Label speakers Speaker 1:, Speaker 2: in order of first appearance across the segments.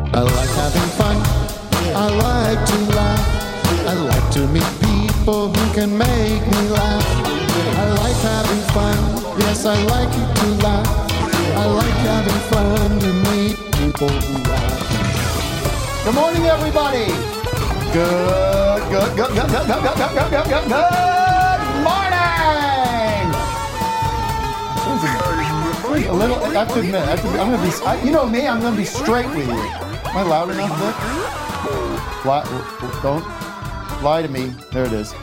Speaker 1: having fun. I like to laugh. I like to meet people who can make me laugh. I like having fun. Yes, I like you to laugh. I like having fun to meet people who laugh.
Speaker 2: Good morning, everybody. Good, good, good, good, good, good, good, good, good, good, good, good morning. Wait, A little, I have to admit, I have to, I'm gonna be, I, you know me, I'm gonna be straight with you. Am I loud enough, Vic? Lie, don't lie to me. There it is.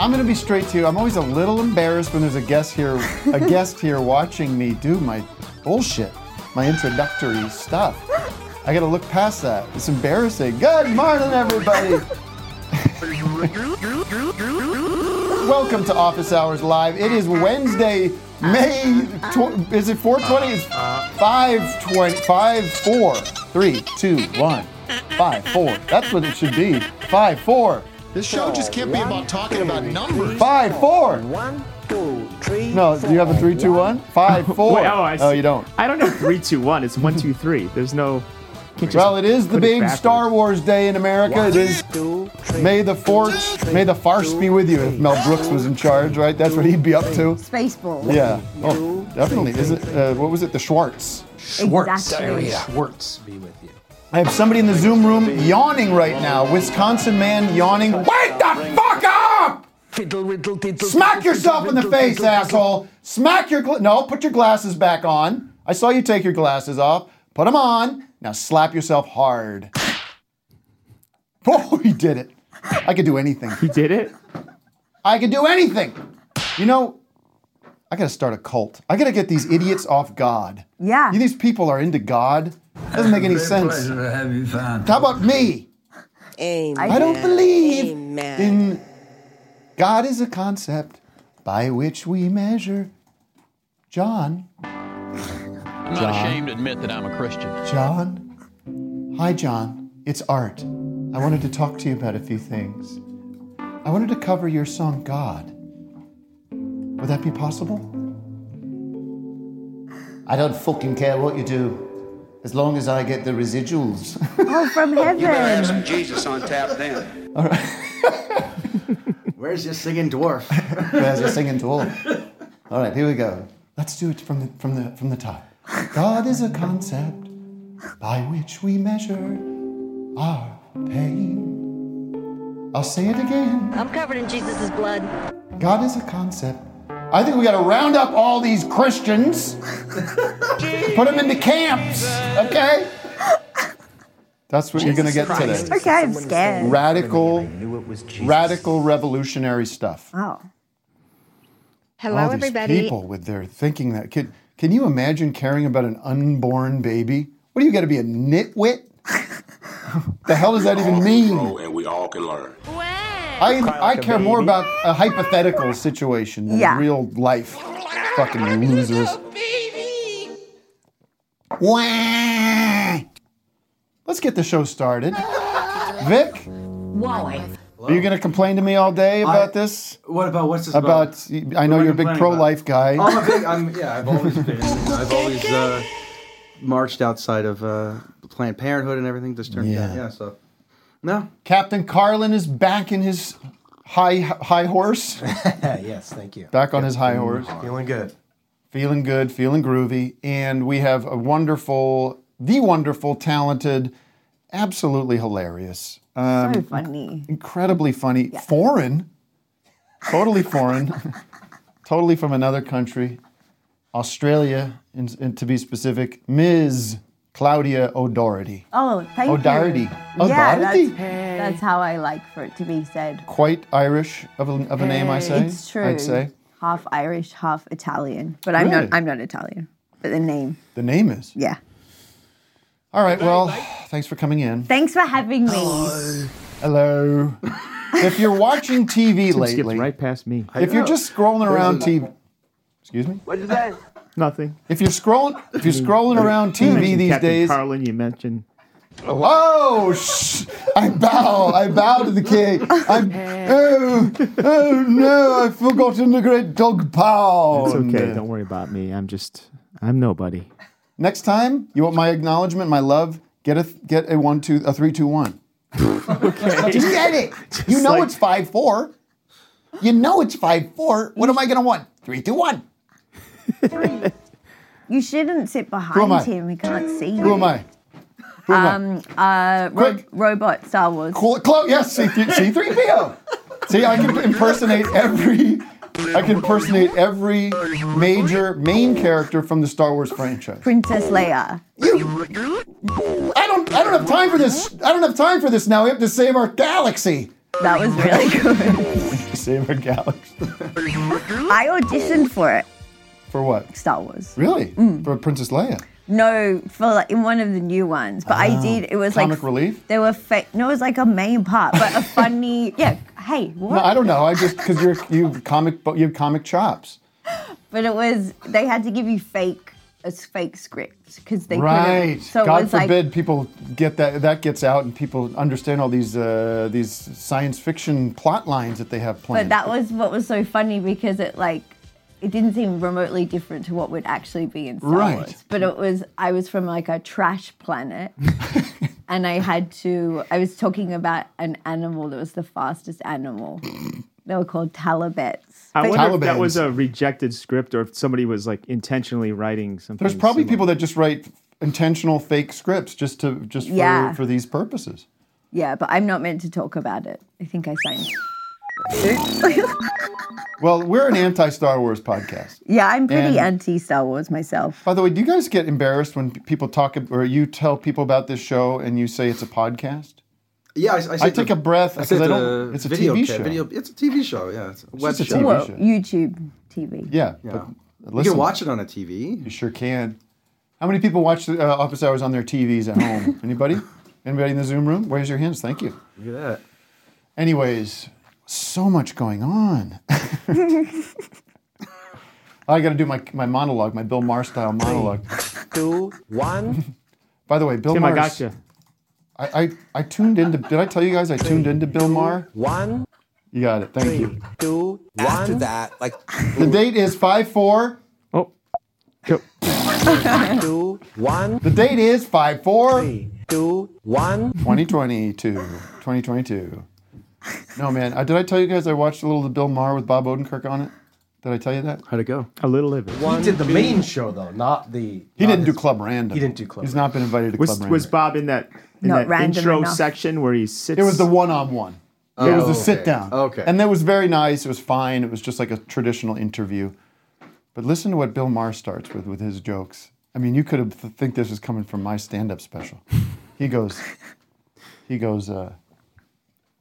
Speaker 2: I'm gonna be straight to you. I'm always a little embarrassed when there's a guest here, a guest here watching me do my bullshit, my introductory stuff. I gotta look past that. It's embarrassing. Good morning, everybody. Welcome to Office Hours Live. It is Wednesday, May. Tw- is it 420? It's 520. 5, 4, 3, 2, 1. 5, 4. That's what it should be. 5, 4.
Speaker 1: This show just can't be about talking about numbers.
Speaker 2: 5, 4.
Speaker 3: One, two, three.
Speaker 2: No, do you have a 3, 2, 1? 5, 4.
Speaker 4: Wait, oh, I
Speaker 2: No,
Speaker 4: see.
Speaker 2: you don't.
Speaker 4: I don't know three, two, one. It's one, two, three. There's no. Can't just
Speaker 2: Well, it is the
Speaker 4: put it
Speaker 2: big
Speaker 4: backwards.
Speaker 2: Star Wars Day in America. It is
Speaker 3: Two, three.
Speaker 2: May the Force, may the farce be with you. If Mel Brooks was in charge, right? That's what he'd be up to.
Speaker 5: Spaceball.
Speaker 2: Yeah. Oh, definitely. Is it? Uh, what was it? The Schwartz.
Speaker 5: Schwartz. Exactly.
Speaker 6: Schwartz be with you.
Speaker 2: I have somebody in the Zoom room yawning right now. Wisconsin man yawning. Wake the fuck up!
Speaker 3: Fiddle, riddle, diddle,
Speaker 2: Smack
Speaker 3: diddle,
Speaker 2: yourself in the
Speaker 3: diddle,
Speaker 2: face,
Speaker 3: diddle, diddle.
Speaker 2: asshole. Smack your gla- no. Put your glasses back on. I saw you take your glasses off. Put them on. Now slap yourself hard. Oh, he did it. I could do anything.
Speaker 4: You did it?
Speaker 2: I could do anything. You know, I gotta start a cult. I gotta get these idiots off God.
Speaker 5: Yeah.
Speaker 2: You- these people are into God. Doesn't make any sense.
Speaker 7: Pleasure to have you found.
Speaker 2: How about me?
Speaker 3: Amen.
Speaker 2: I don't believe
Speaker 3: Amen.
Speaker 2: in God is a concept by which we measure. John,
Speaker 8: I'm not ashamed to admit that I'm a Christian.
Speaker 2: John, hi John. It's Art. I wanted to talk to you about a few things. I wanted to cover your song God. Would that be possible?
Speaker 9: I don't fucking care what you do, as long as I get the residuals.
Speaker 5: Oh, from heaven.
Speaker 7: Some Jesus on tap then.
Speaker 6: Where's your singing dwarf?
Speaker 2: There's a singing tool. All right, here we go. Let's do it from the from the from the top. God is a concept by which we measure our pain. I'll say it again.
Speaker 10: I'm covered in Jesus' blood.
Speaker 2: God is a concept. I think we got to round up all these Christians, put them into camps. Okay. That's what you're gonna get today.
Speaker 5: Okay, I'm scared.
Speaker 2: Radical,
Speaker 6: knew it was Jesus.
Speaker 2: radical, revolutionary stuff.
Speaker 5: Oh.
Speaker 10: Hello,
Speaker 2: all these
Speaker 10: everybody.
Speaker 2: people with their thinking that can can you imagine caring about an unborn baby? What do you got to be a nitwit? the hell does that even mean?
Speaker 7: and we all can learn.
Speaker 2: I I care more about a hypothetical situation than
Speaker 5: Yeah.
Speaker 2: real life. Fucking losers. Wah! Let's get the show started. Vic,
Speaker 10: Why?
Speaker 2: are you going to complain to me all day about this?
Speaker 6: What about what's this about?
Speaker 2: About I know
Speaker 6: am I
Speaker 2: you're a big
Speaker 6: complaining about?
Speaker 2: pro-life guy.
Speaker 6: Oh, I'm a big. I'm yeah. I've always been. I've always uh, marched outside of uh, Planned Parenthood and everything. Just turned
Speaker 2: Yeah.
Speaker 6: down. Yeah. So no.
Speaker 2: Captain Carlin is back in his high high horse,
Speaker 6: yes. Thank you.
Speaker 2: back on his high horse,
Speaker 6: Feeling good.
Speaker 2: feeling good, feeling groovy, and we have a wonderful, the wonderful, talented, absolutely hilarious, um,
Speaker 5: so funny.
Speaker 2: incredibly funny, foreign, totally foreign, totally from another country, Australia, in, in- to be specific, Ms. Claudia O'Doherty.
Speaker 5: Oh, thank
Speaker 2: O'Doherty.
Speaker 5: you. Yeah,
Speaker 2: O'Doherty.
Speaker 5: that's, that's how I like for it to be said.
Speaker 2: Quite Irish of a, of a name, I say.
Speaker 5: It's true.
Speaker 2: I'd say
Speaker 5: Half Irish, half Italian. But I'm
Speaker 2: Really?
Speaker 5: not I'm not Italian. But the name,
Speaker 2: the name is.
Speaker 5: yeah.
Speaker 2: All right. Well, thanks for coming in.
Speaker 5: Thanks for having me.
Speaker 2: Hello. if you're watching TV
Speaker 4: Skips
Speaker 2: lately,
Speaker 4: right past me.
Speaker 2: if you're just scrolling around TV, excuse me.
Speaker 4: Nothing.
Speaker 2: If you're scrolling, if you're scrolling around TV
Speaker 4: Mentioned
Speaker 2: these
Speaker 4: Captain
Speaker 2: days,
Speaker 4: Carlin, you mentioned.
Speaker 2: oh, shh, I bow, I bow to the king. I'm, oh, oh no, I've forgotten the great dog pound.
Speaker 4: It's okay. Don't worry about me. I'm just. I'm nobody.
Speaker 2: Next time, you want my acknowledgement, my love? Get a get a one two a three two one. Just
Speaker 4: Okay.
Speaker 2: get it. you know
Speaker 4: like-
Speaker 2: it's five four. You know it's five four. What am I gonna want? Three two one.
Speaker 5: You shouldn't sit
Speaker 2: am I?
Speaker 5: behind him. We can't see you.
Speaker 2: Who am I? Who am I?
Speaker 5: Um, uh, ro-
Speaker 2: Quick.
Speaker 5: robot Star Wars.
Speaker 2: Cool. Clo- yes, C three PO. See, I can impersonate every. I can impersonate every major main character from the Star Wars franchise.
Speaker 5: Princess Leia.
Speaker 2: I don't. I don't have time for this. I don't have time for this now. We have to save our galaxy.
Speaker 5: That was really good.
Speaker 2: Save our galaxy
Speaker 5: I
Speaker 2: Oh.
Speaker 5: auditioned for it.
Speaker 2: for what?
Speaker 5: Star Wars. Mm.
Speaker 2: Really? For Princess Leia.
Speaker 5: No, for like in one of the new ones, but I did. It was
Speaker 2: Comic
Speaker 5: like
Speaker 2: relief?
Speaker 5: There were fa- no, it was like a main part, but a funny. Yeah, hey, what?
Speaker 2: No, I don't know. I just because you're you have comic bo- you have comic chops.
Speaker 5: but it was they had to give you fake a s- fake script because they
Speaker 2: Right.
Speaker 5: Couldn't, so it
Speaker 2: God
Speaker 5: was like
Speaker 2: forbid people get that that gets out and people understand all these uh, these science fiction plot lines that they have
Speaker 5: But
Speaker 2: planned.
Speaker 5: that was what was so funny because it like it didn't seem remotely different to what would actually be in Star
Speaker 2: Right.
Speaker 5: Wars. But it was I was from like a trash planet. And I had to. I was talking about an animal that was the fastest animal. They were called talibets.
Speaker 4: I
Speaker 5: But-
Speaker 4: wonder if that
Speaker 2: Taliban's.
Speaker 4: was a rejected script or if somebody was like intentionally writing something.
Speaker 2: There's probably
Speaker 4: similar.
Speaker 2: people that just write intentional fake scripts just to just for,
Speaker 5: Yeah.
Speaker 2: for these purposes.
Speaker 5: yeah, but I'm not meant to talk about it. I think I signed.
Speaker 2: Well, we're an anti Star Wars podcast.
Speaker 5: Yeah, I'm pretty
Speaker 2: And-
Speaker 5: anti Star Wars myself.
Speaker 2: By the way, do you guys get embarrassed when people talk ab- or you tell people about this show and you say it's a podcast?
Speaker 6: Yeah, I, I, said
Speaker 2: take
Speaker 6: the-
Speaker 2: a breath,
Speaker 6: I
Speaker 2: 'cause
Speaker 6: said
Speaker 2: I don't-
Speaker 6: the
Speaker 2: it's a
Speaker 6: video
Speaker 2: TV
Speaker 6: ca-
Speaker 2: show.
Speaker 6: Video, it's a TV show. Yeah, it's a web
Speaker 2: just a
Speaker 6: show.
Speaker 2: TV
Speaker 5: Well,
Speaker 2: show.
Speaker 5: YouTube TV.
Speaker 2: Yeah,
Speaker 6: Yeah.
Speaker 2: but
Speaker 6: You
Speaker 2: listen,
Speaker 6: can watch it on a TV.
Speaker 2: You sure can. How many people watch the uh, Office Hours on their TVs at home? Anybody? Anybody in the Zoom room? Raise your hands. Thank you.
Speaker 6: Look at that.
Speaker 2: Anyways, so much going on. I got to do my, my monologue, my Bill Maher style monologue.
Speaker 3: Two, one.
Speaker 2: By the way, Bill
Speaker 4: Tim,
Speaker 2: Maher.
Speaker 4: I gotcha.
Speaker 2: I, I, I tuned into. Did I tell you guys I tuned into Bill Maher?
Speaker 3: One,
Speaker 2: You got it. Thank you.
Speaker 3: two,
Speaker 9: After
Speaker 3: one,
Speaker 9: that, like,
Speaker 2: The date is five four.
Speaker 4: Oh. Go.
Speaker 3: two, one,
Speaker 2: The date is five four.
Speaker 3: two, one.
Speaker 2: 2022. 2022. No man, I, did I tell you guys I watched a little of the Bill Maher with Bob Odenkirk on it? Did I tell you that?
Speaker 6: How'd it go?
Speaker 4: A little of it.
Speaker 9: he did the main show, though, not the.
Speaker 2: He
Speaker 9: not
Speaker 2: didn't do
Speaker 9: his-
Speaker 2: Club Random.
Speaker 9: He didn't do Club
Speaker 2: He's not been invited to
Speaker 4: Was
Speaker 2: Club Random.
Speaker 4: was Bob in that in
Speaker 5: Not
Speaker 4: that
Speaker 5: random
Speaker 4: intro
Speaker 5: enough.
Speaker 4: section where he sits?
Speaker 2: It was the one on one. It was the sit down.
Speaker 6: Oh, Okay.
Speaker 2: And that was very nice. It was fine. It was just like a traditional interview. But listen to what Bill Maher starts with with his jokes. I mean, you could have th- think this is coming from my stand up special. He goes, he goes, uh,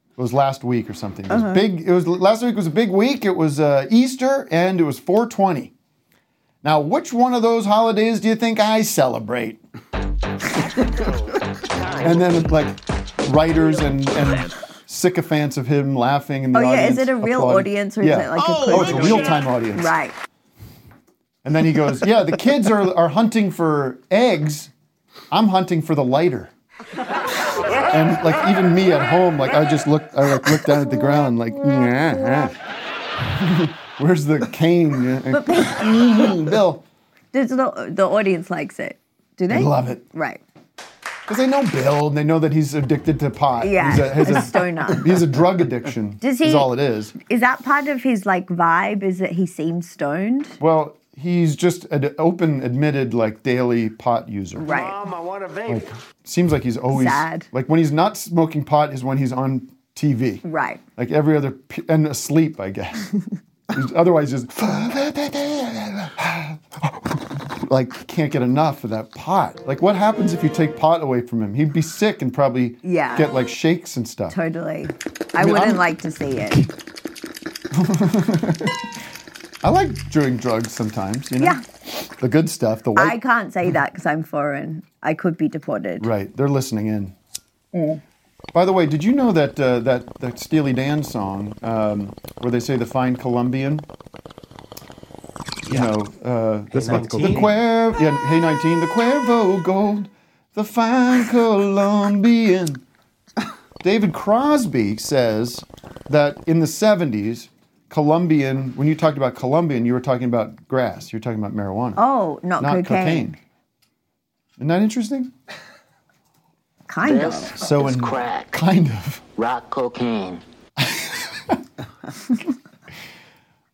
Speaker 2: it was last week or something. It was
Speaker 6: Uh-huh.
Speaker 2: big. It was last week was a big week. It was uh, Easter and it was 420. Now, which one of those holidays do you think I celebrate? and then like writers and, and sycophants of him laughing in the
Speaker 5: Oh yeah,
Speaker 2: audience.
Speaker 5: is it a real
Speaker 2: applauding.
Speaker 5: audience or is
Speaker 2: Yeah.
Speaker 5: it like a
Speaker 2: oh, it's a
Speaker 5: quiz?
Speaker 2: real time audience.
Speaker 5: Right.
Speaker 2: And then he goes, "Yeah, the kids are are hunting for eggs. I'm hunting for the lighter." And like even me at home, like I just looked, I like looked down at the ground, like, "Yeah, yeah." "Where's the cane, yeah,
Speaker 5: But people,
Speaker 2: yeah, Bill?"
Speaker 5: does the, the audience likes it. Do they?
Speaker 2: They love it
Speaker 5: Right.
Speaker 2: because they know Bill and they know that he's addicted to pot.
Speaker 5: Yeah.
Speaker 2: he's a, has
Speaker 5: a
Speaker 2: a-
Speaker 5: stoner.
Speaker 2: he has a drug addiction.
Speaker 5: Does
Speaker 2: Is
Speaker 5: he-
Speaker 2: all it is.
Speaker 5: Is that part of his like vibe? Is that he seems stoned?
Speaker 2: Well, he's just an open, admitted, like daily pot user.
Speaker 5: Right. Oh,
Speaker 3: I want a vape.
Speaker 2: Oh. Seems like he's always
Speaker 5: Sad.
Speaker 2: like when he's not smoking pot is when he's on TV.
Speaker 5: Right.
Speaker 2: Like every other p- and asleep, I guess. He's Otherwise, just like can't get enough of that pot. Like, what happens if you take pot away from him? He'd be sick and probably
Speaker 5: Yeah.
Speaker 2: get like shakes and stuff.
Speaker 5: Totally. I, wouldn't
Speaker 2: I'm-
Speaker 5: like to see it.
Speaker 2: I like doing drugs sometimes, you know.
Speaker 5: Yeah.
Speaker 2: The good stuff, the white
Speaker 5: I can't say that because I'm foreign. I could be deported.
Speaker 2: Right, they're listening in. Mm. By the way, did you know that uh, that that Steely Dan song um, where they say the fine Colombian? You know, uh,
Speaker 4: That's not cool.
Speaker 2: the Cuervo, yeah, Hey 19, the Cuervo Gold, the fine Colombian. David Crosby says that in the 70s, Colombian, when you talked about Colombian, you were talking about grass, you were talking about marijuana,
Speaker 5: Oh, not, cocaine.
Speaker 2: not cocaine. Isn't that interesting?
Speaker 5: Kind
Speaker 11: This
Speaker 5: of.
Speaker 2: So
Speaker 11: is
Speaker 2: in-
Speaker 11: crack.
Speaker 2: Kind of.
Speaker 11: Rock cocaine.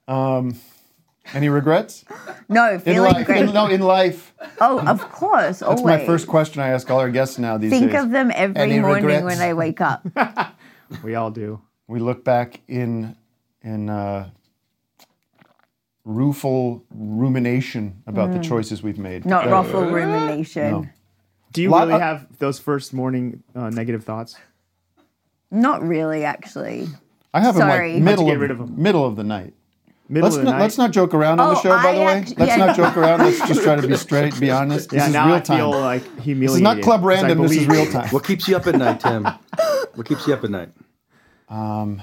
Speaker 2: Um, any regrets?
Speaker 5: No,
Speaker 2: In
Speaker 5: feeling
Speaker 2: life,
Speaker 5: great.
Speaker 2: in- no, in life.
Speaker 5: Oh, of course,
Speaker 2: That's
Speaker 5: always.
Speaker 2: my first question I ask all our guests now these
Speaker 5: Think
Speaker 2: days.
Speaker 5: of them every
Speaker 2: Any
Speaker 5: morning
Speaker 2: regrets?
Speaker 5: when I wake up.
Speaker 2: We all do. We look back in in uh, rueful rumination about the
Speaker 5: Mm.
Speaker 2: choices we've made.
Speaker 5: Not
Speaker 2: Uh,
Speaker 5: ruffle rumination.
Speaker 2: No.
Speaker 4: Do you
Speaker 2: Lot
Speaker 4: really
Speaker 2: of-
Speaker 4: have those first morning uh, negative thoughts?
Speaker 5: Not really, actually.
Speaker 2: I have them
Speaker 5: Sorry.
Speaker 2: like middle of, middle of the night.
Speaker 4: Middle
Speaker 2: let's
Speaker 4: of the
Speaker 2: not,
Speaker 4: night?
Speaker 2: Let's not joke around on the
Speaker 5: Oh,
Speaker 2: show, by
Speaker 5: I
Speaker 2: the way.
Speaker 5: act-
Speaker 2: let's
Speaker 5: yeah,
Speaker 2: not
Speaker 5: no.
Speaker 2: joke around. Let's just try to be straight, be honest.
Speaker 4: Yeah,
Speaker 2: this is
Speaker 4: now
Speaker 2: real
Speaker 4: I
Speaker 2: time.
Speaker 4: feel like
Speaker 2: This is not
Speaker 4: humiliated,
Speaker 2: club
Speaker 4: 'cause I
Speaker 2: random. This is
Speaker 4: believe
Speaker 2: real
Speaker 4: you.
Speaker 2: time.
Speaker 6: What keeps you up at night, Tim? what keeps you up at night?
Speaker 2: Um,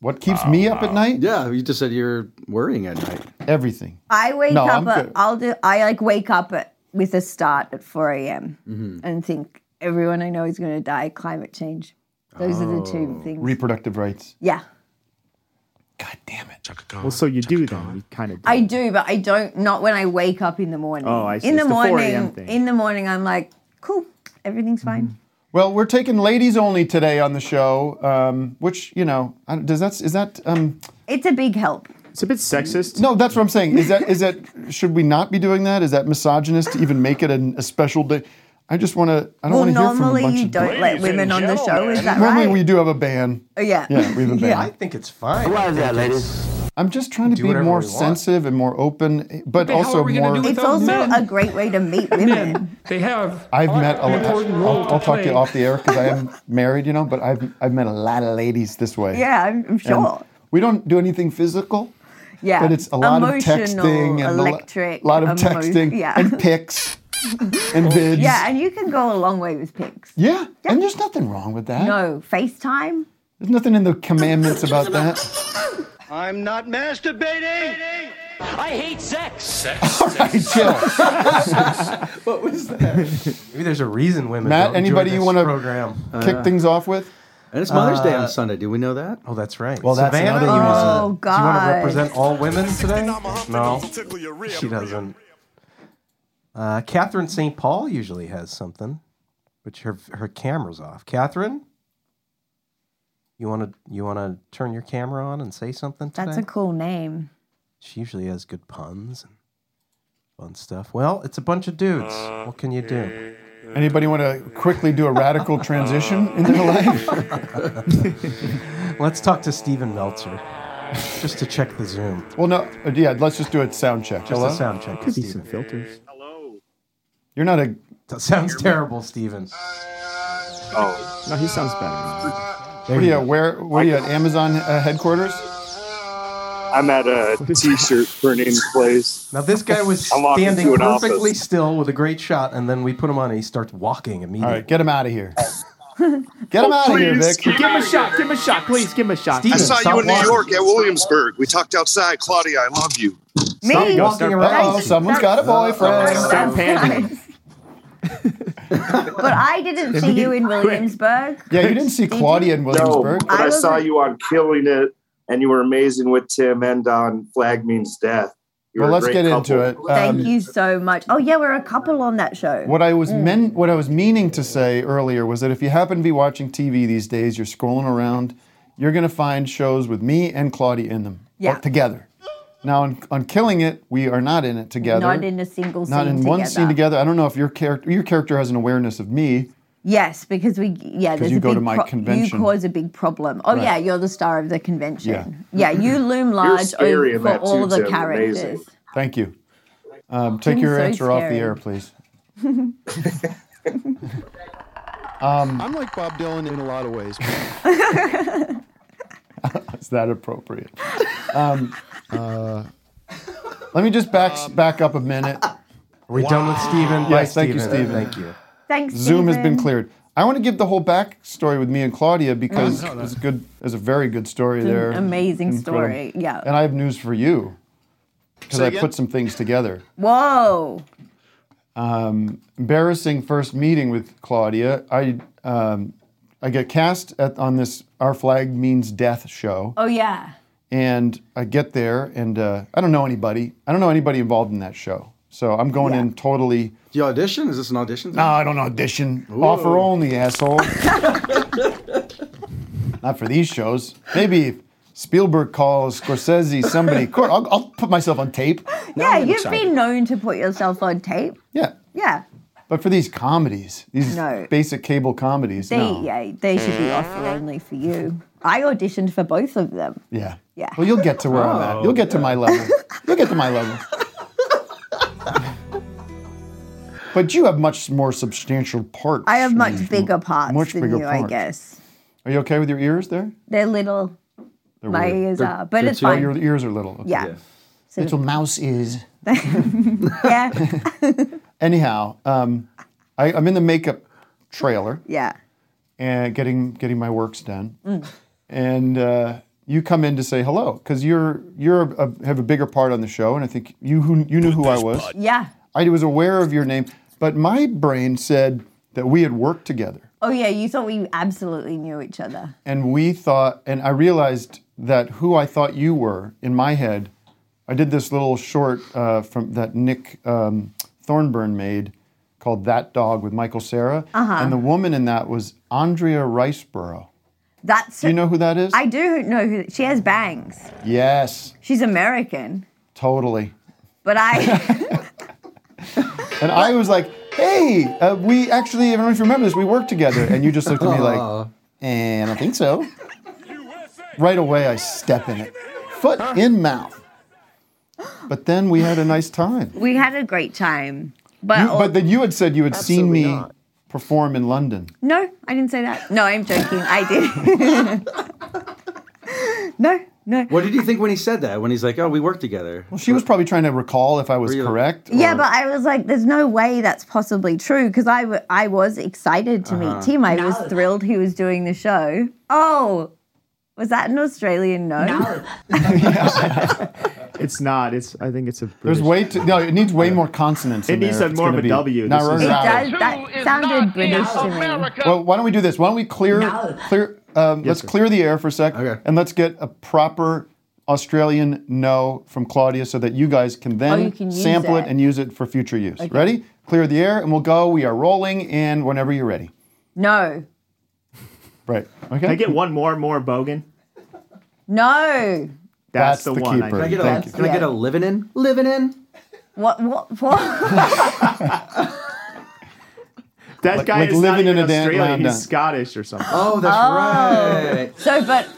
Speaker 2: what keeps me up at night?
Speaker 6: Yeah, you just said you're worrying at night.
Speaker 2: Everything.
Speaker 5: I wake
Speaker 6: No,
Speaker 5: up.
Speaker 6: I'm
Speaker 5: At,
Speaker 6: good.
Speaker 5: I'll do. I like wake up at, with a start at four a.m.
Speaker 4: Mm-hmm.
Speaker 6: Mm.
Speaker 2: Mhm.
Speaker 5: and think everyone I know is going to die. Climate change. Those are the
Speaker 6: Oh.
Speaker 5: two things.
Speaker 2: Reproductive rights.
Speaker 5: yeah,
Speaker 4: Well, so you do then. You kind of.
Speaker 5: I do, but I don't. Not when I wake up in the morning.
Speaker 4: Oh, I see.
Speaker 5: In the
Speaker 4: It's the 4 a.m.
Speaker 5: morning.
Speaker 4: thing.
Speaker 5: In the morning, I'm like, cool. Everything's
Speaker 2: Mm-hmm.
Speaker 5: fine.
Speaker 2: Well, we're taking ladies only today on the show, um, which you know I don't- does that is that um,
Speaker 5: It's a big help.
Speaker 4: It's a bit sexist.
Speaker 2: No, that's what I'm saying. Is that is that should we not be doing that? Is that misogynist to even make it an, a special day? I just want to. I don't
Speaker 5: Well,
Speaker 2: want to hear from a
Speaker 5: normally
Speaker 2: bunch
Speaker 5: you
Speaker 2: of
Speaker 5: don't let Ladies women and on the show, is that
Speaker 2: Normally
Speaker 5: right?
Speaker 2: we do have a ban.
Speaker 5: Oh, yeah.
Speaker 2: Yeah, we have a ban.
Speaker 5: Yeah. I
Speaker 12: think it's fine.
Speaker 5: Why is that,
Speaker 12: ladies?
Speaker 2: I'm just trying to
Speaker 12: Do
Speaker 2: be
Speaker 12: whatever
Speaker 2: more
Speaker 12: we want.
Speaker 2: sensitive and more open, but
Speaker 5: But how
Speaker 2: also
Speaker 5: are we gonna
Speaker 2: more.
Speaker 5: do It's also a great way to meet women.
Speaker 13: They have.
Speaker 2: I've met a lot.
Speaker 13: important role
Speaker 2: I'll, I'll
Speaker 13: to
Speaker 2: talk to you
Speaker 13: play.
Speaker 2: off the air because I am married, you know. But I've I've met a lot of ladies this way.
Speaker 5: Yeah, I'm, I'm
Speaker 2: And
Speaker 5: sure.
Speaker 2: we don't do anything physical.
Speaker 5: Yeah.
Speaker 2: But it's a lot of
Speaker 5: Emotional,
Speaker 2: texting and
Speaker 5: electric,
Speaker 2: a lo- lot of
Speaker 5: emo-
Speaker 2: texting
Speaker 5: yeah.
Speaker 2: and pics and vids.
Speaker 5: Yeah, and you can go a long way with pics.
Speaker 2: Yeah, and there's nothing wrong with that.
Speaker 5: No, FaceTime.
Speaker 2: There's nothing in the commandments about that.
Speaker 14: I'm not masturbating. I hate sex. Sex.
Speaker 2: All right, chill.
Speaker 14: what was that?
Speaker 12: Maybe there's a reason women.
Speaker 2: Matt,
Speaker 12: don't
Speaker 2: anybody you
Speaker 12: enjoy
Speaker 2: want
Speaker 12: this
Speaker 2: to
Speaker 12: program?
Speaker 2: kick things off with?
Speaker 6: And it's Mother's Day on
Speaker 12: Uh,
Speaker 6: Sunday. Do we know that?
Speaker 12: Oh, that's right.
Speaker 2: Well, that's
Speaker 12: Savannah,
Speaker 2: another
Speaker 12: you wanna-
Speaker 2: reason.
Speaker 12: Do
Speaker 5: Oh,
Speaker 12: you want
Speaker 5: God.
Speaker 12: to represent all women today? No, she doesn't. Uh, Catherine St. Paul usually has something, which her her camera's off. Catherine, you want to you want to turn your camera on and say something today?
Speaker 5: That's a cool name.
Speaker 12: She usually has good puns and fun stuff. Well, it's a bunch of dudes. What can you do?
Speaker 2: Anybody want to quickly do a radical transition in their life?
Speaker 12: Let's talk to Steven Meltzer just to check the Zoom.
Speaker 2: Well, no, uh, yeah, let's just do a sound check.
Speaker 12: Just a
Speaker 2: Hello?
Speaker 12: sound check. Could be some filters.
Speaker 2: You're not a.
Speaker 12: That sounds terrible, Steven.
Speaker 2: Oh.
Speaker 4: No, he sounds better.
Speaker 2: What are you, where, what are you at Amazon uh, headquarters?
Speaker 15: I'm at a t-shirt printing place.
Speaker 12: Now this guy was
Speaker 15: I'm walking
Speaker 12: standing
Speaker 15: to an
Speaker 12: perfectly
Speaker 15: office.
Speaker 12: still with a great shot, and then we put him on, and he starts walking immediately.
Speaker 2: All right, get him out of here. Get
Speaker 12: Oh,
Speaker 2: him out of here, Vic.
Speaker 4: Give him a shot. Give him a shot. Please give him a shot.
Speaker 15: I saw you in New York at Williamsburg. We talked outside. Claudia, I love you.
Speaker 5: Me? Stop walking around.
Speaker 2: Oh, someone's got a boyfriend.
Speaker 5: That's nice. but I didn't see you in Williamsburg.
Speaker 2: Yeah, you didn't see Claudia in Williamsburg.
Speaker 15: No, but I, saw you on Killing It, and you were amazing with Tim and on Flag Means Death. You
Speaker 2: Well,
Speaker 15: were a
Speaker 2: let's
Speaker 15: great
Speaker 2: get
Speaker 15: couple.
Speaker 2: into it. Um,
Speaker 5: Thank you so much. Oh yeah, we're a couple on that show.
Speaker 2: What I was
Speaker 5: Mm.
Speaker 2: meant, what I was meaning to say earlier was that if you happen to be watching TV these days, you're scrolling around, you're going to find shows with me and Claudia in them,
Speaker 5: Yeah.
Speaker 2: or together. Now on, on Killing It, we are not in it together.
Speaker 5: Not in a single
Speaker 2: Not
Speaker 5: scene
Speaker 2: in one
Speaker 5: together.
Speaker 2: scene together. I don't know if your character your character has an awareness of me.
Speaker 5: Yes, because we yeah.
Speaker 2: 'Cause
Speaker 5: There's
Speaker 2: you
Speaker 5: a
Speaker 2: go
Speaker 5: big
Speaker 2: to my
Speaker 5: pro-
Speaker 2: convention.
Speaker 5: You cause a big problem. Oh
Speaker 2: Right.
Speaker 5: yeah, you're the star of the convention. Yeah, you loom
Speaker 2: You're
Speaker 5: large
Speaker 2: scary
Speaker 5: over
Speaker 2: in
Speaker 5: for
Speaker 2: that
Speaker 5: all
Speaker 2: too,
Speaker 5: the
Speaker 2: Tim.
Speaker 5: characters.
Speaker 2: Amazing. Thank you. Um, take
Speaker 5: Tim's
Speaker 2: your
Speaker 5: so
Speaker 2: answer off the
Speaker 5: scary.
Speaker 2: air, please. Um, I'm like Bob Dylan in a lot of ways. Is that appropriate? Um, uh, let me just back back up a minute. Are
Speaker 12: we done with Steven? Bye,
Speaker 2: Yes, thank you,
Speaker 12: Steven.
Speaker 2: Steven.
Speaker 12: Thank you.
Speaker 5: Thanks.
Speaker 2: Zoom has been
Speaker 5: Stephen.
Speaker 2: cleared. I want to give the whole backstory with me and Claudia because
Speaker 5: Mm.
Speaker 2: it's good. There's a very good story
Speaker 5: It's an
Speaker 2: there.
Speaker 5: amazing
Speaker 2: Incredible.
Speaker 5: story, yeah.
Speaker 2: And I have news for you because
Speaker 5: Say
Speaker 2: I
Speaker 5: again?
Speaker 2: put some things together.
Speaker 5: Whoa.
Speaker 2: um, embarrassing first meeting with Claudia. I um, I get cast at, on this Our Flag Means Death show,
Speaker 5: Oh yeah.
Speaker 2: and I get there, and uh, I don't know anybody. I don't know anybody involved in that show. So I'm going in totally.
Speaker 6: Do you audition? Is this an audition?
Speaker 2: No, I don't audition. Offer only, asshole. Not for these shows. Maybe if Spielberg calls Scorsese, somebody. Cor- I'll, I'll put myself on tape.
Speaker 5: yeah, you've been known to put yourself on tape.
Speaker 2: Yeah.
Speaker 5: Yeah.
Speaker 2: But for these comedies, these
Speaker 5: No.
Speaker 2: basic cable comedies,
Speaker 5: They,
Speaker 2: no.
Speaker 5: yeah, they should be offer only for you. I auditioned for both of them.
Speaker 2: Yeah.
Speaker 5: Yeah. Oh,
Speaker 2: Well, you'll get to where I'm at. You'll get to my level. You'll get to my level. but you have much more substantial parts.
Speaker 5: I have much bigger parts
Speaker 2: much
Speaker 5: than
Speaker 2: bigger
Speaker 5: you, I
Speaker 2: parts.
Speaker 5: guess.
Speaker 2: Are you okay with your ears there?
Speaker 5: They're little.
Speaker 2: They're
Speaker 5: My
Speaker 2: weird.
Speaker 5: ears are, but it's fine.
Speaker 2: Oh, your ears are little. Okay.
Speaker 5: yeah. So-
Speaker 2: Little mouse ears.
Speaker 5: yeah.
Speaker 2: Anyhow, um, I, I'm in the makeup trailer
Speaker 5: Yeah.
Speaker 2: and getting getting my works done.
Speaker 5: Mm.
Speaker 2: and uh, you come in to say hello because you're you're a, have a bigger part on the show, and I think you who, you knew who I was.
Speaker 5: Yeah.
Speaker 2: I was aware of your name, but my brain said that we had worked together,
Speaker 5: Oh, yeah. You thought we absolutely knew each other.
Speaker 2: and we thought, and I realized that who I thought you were in my head. I did this little short uh, from that Nick um, Thornburn made called "That Dog" with Michael Sarah,
Speaker 5: Uh-huh.
Speaker 2: and the woman in that was Andrea Riceborough.
Speaker 5: That's.
Speaker 2: Do you know who that is?
Speaker 5: I do know who. She has bangs.
Speaker 2: yes,
Speaker 5: She's American.
Speaker 2: totally.
Speaker 5: But I.
Speaker 2: And I was like, hey, uh, we actually, I don't know if you remember this, we worked together. And you just looked at me like, eh, I don't think so. Right away, I step in it, foot in mouth. But then we had a nice time.
Speaker 5: we had a great time. But, oh,
Speaker 2: You-
Speaker 5: all-
Speaker 2: but then you had said you had seen me perform in London.
Speaker 5: No, I didn't say that. No, I'm joking. I did. no, no.
Speaker 6: What did you think when he said that? When he's like, "Oh, we worked together."
Speaker 2: Well, she was probably trying to recall if I was correct.
Speaker 5: yeah, but I was like, there's no way that's possibly true because I, w- I was excited to
Speaker 2: Uh-huh.
Speaker 5: meet Tim. I was thrilled he was doing the show. Oh, was that an Australian no?
Speaker 4: It's not. It's. I think it's a.
Speaker 2: There's
Speaker 4: British-
Speaker 2: way too, no, it needs way more consonants.
Speaker 4: It
Speaker 2: in
Speaker 4: needs a-
Speaker 2: there if it's
Speaker 4: more of
Speaker 2: gonna
Speaker 4: a
Speaker 2: be-
Speaker 4: W.
Speaker 2: No,
Speaker 4: This
Speaker 2: we're
Speaker 4: is-
Speaker 5: It
Speaker 2: out.
Speaker 5: does. That sounded British to me.
Speaker 2: Well, why don't we do this? Why don't we clear clear um, let's clear the air for a sec and let's get a proper Australian no from Claudia so that you guys can then
Speaker 5: Oh, you can use
Speaker 2: sample it.
Speaker 5: it.
Speaker 2: and use it for future use.
Speaker 5: Okay.
Speaker 2: Ready? Clear the air and we'll go. We are rolling and whenever you're ready.
Speaker 5: No,
Speaker 2: Right. Okay.
Speaker 4: Can I get one more, more Bogan?
Speaker 5: no.
Speaker 4: That's, the, one.
Speaker 2: keeper.
Speaker 4: I
Speaker 6: Can I get
Speaker 4: think.
Speaker 6: a, can I get a living in?
Speaker 5: Living in. What? What? What?
Speaker 4: That
Speaker 2: Like-
Speaker 4: guy
Speaker 2: like
Speaker 4: is
Speaker 2: living
Speaker 4: not even
Speaker 2: in a damn
Speaker 4: Australian.
Speaker 2: land,
Speaker 4: He's
Speaker 2: uh,
Speaker 4: Scottish or something.
Speaker 6: Oh, that's
Speaker 5: Oh.
Speaker 6: right.
Speaker 5: so, but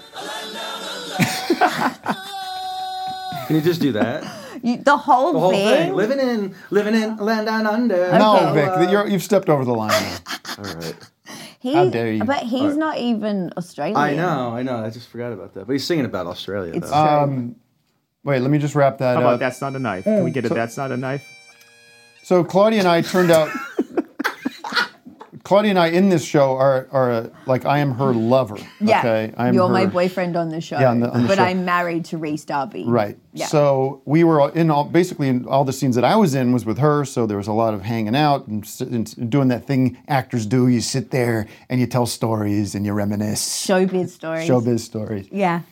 Speaker 6: Can you just do that?
Speaker 5: you, the whole,
Speaker 6: The whole
Speaker 5: thing.
Speaker 6: thing. Living in, living in a land down under.
Speaker 2: No, Vic, you're, you've stepped over the line. All
Speaker 6: right.
Speaker 5: He,
Speaker 6: How dare you.
Speaker 5: But he's
Speaker 6: Alright.
Speaker 5: not even Australian.
Speaker 6: I know, I know. I just forgot about that. But he's singing about Australia.
Speaker 5: It's
Speaker 6: though.
Speaker 2: Um, wait, let me just wrap
Speaker 4: How
Speaker 2: that up. Mm,
Speaker 4: about that's not a knife? Can we get a
Speaker 2: So-
Speaker 4: that's not a knife?
Speaker 2: So Claudia and I turned out. Claudia and I in this show are are uh, like I am her lover.
Speaker 5: Yeah,
Speaker 2: Okay. I am
Speaker 5: you're
Speaker 2: her,
Speaker 5: my boyfriend on the show.
Speaker 2: Yeah, on the- on the
Speaker 5: but
Speaker 2: show.
Speaker 5: I'm married to Reese Darby.
Speaker 2: Right.
Speaker 5: Yeah.
Speaker 2: So we were all- in all basically in all the scenes that I was in was with her. So there was a lot of hanging out and, s- and s- doing that thing actors do. You sit there and you tell stories and you reminisce
Speaker 5: showbiz stories.
Speaker 2: showbiz stories.
Speaker 5: Yeah.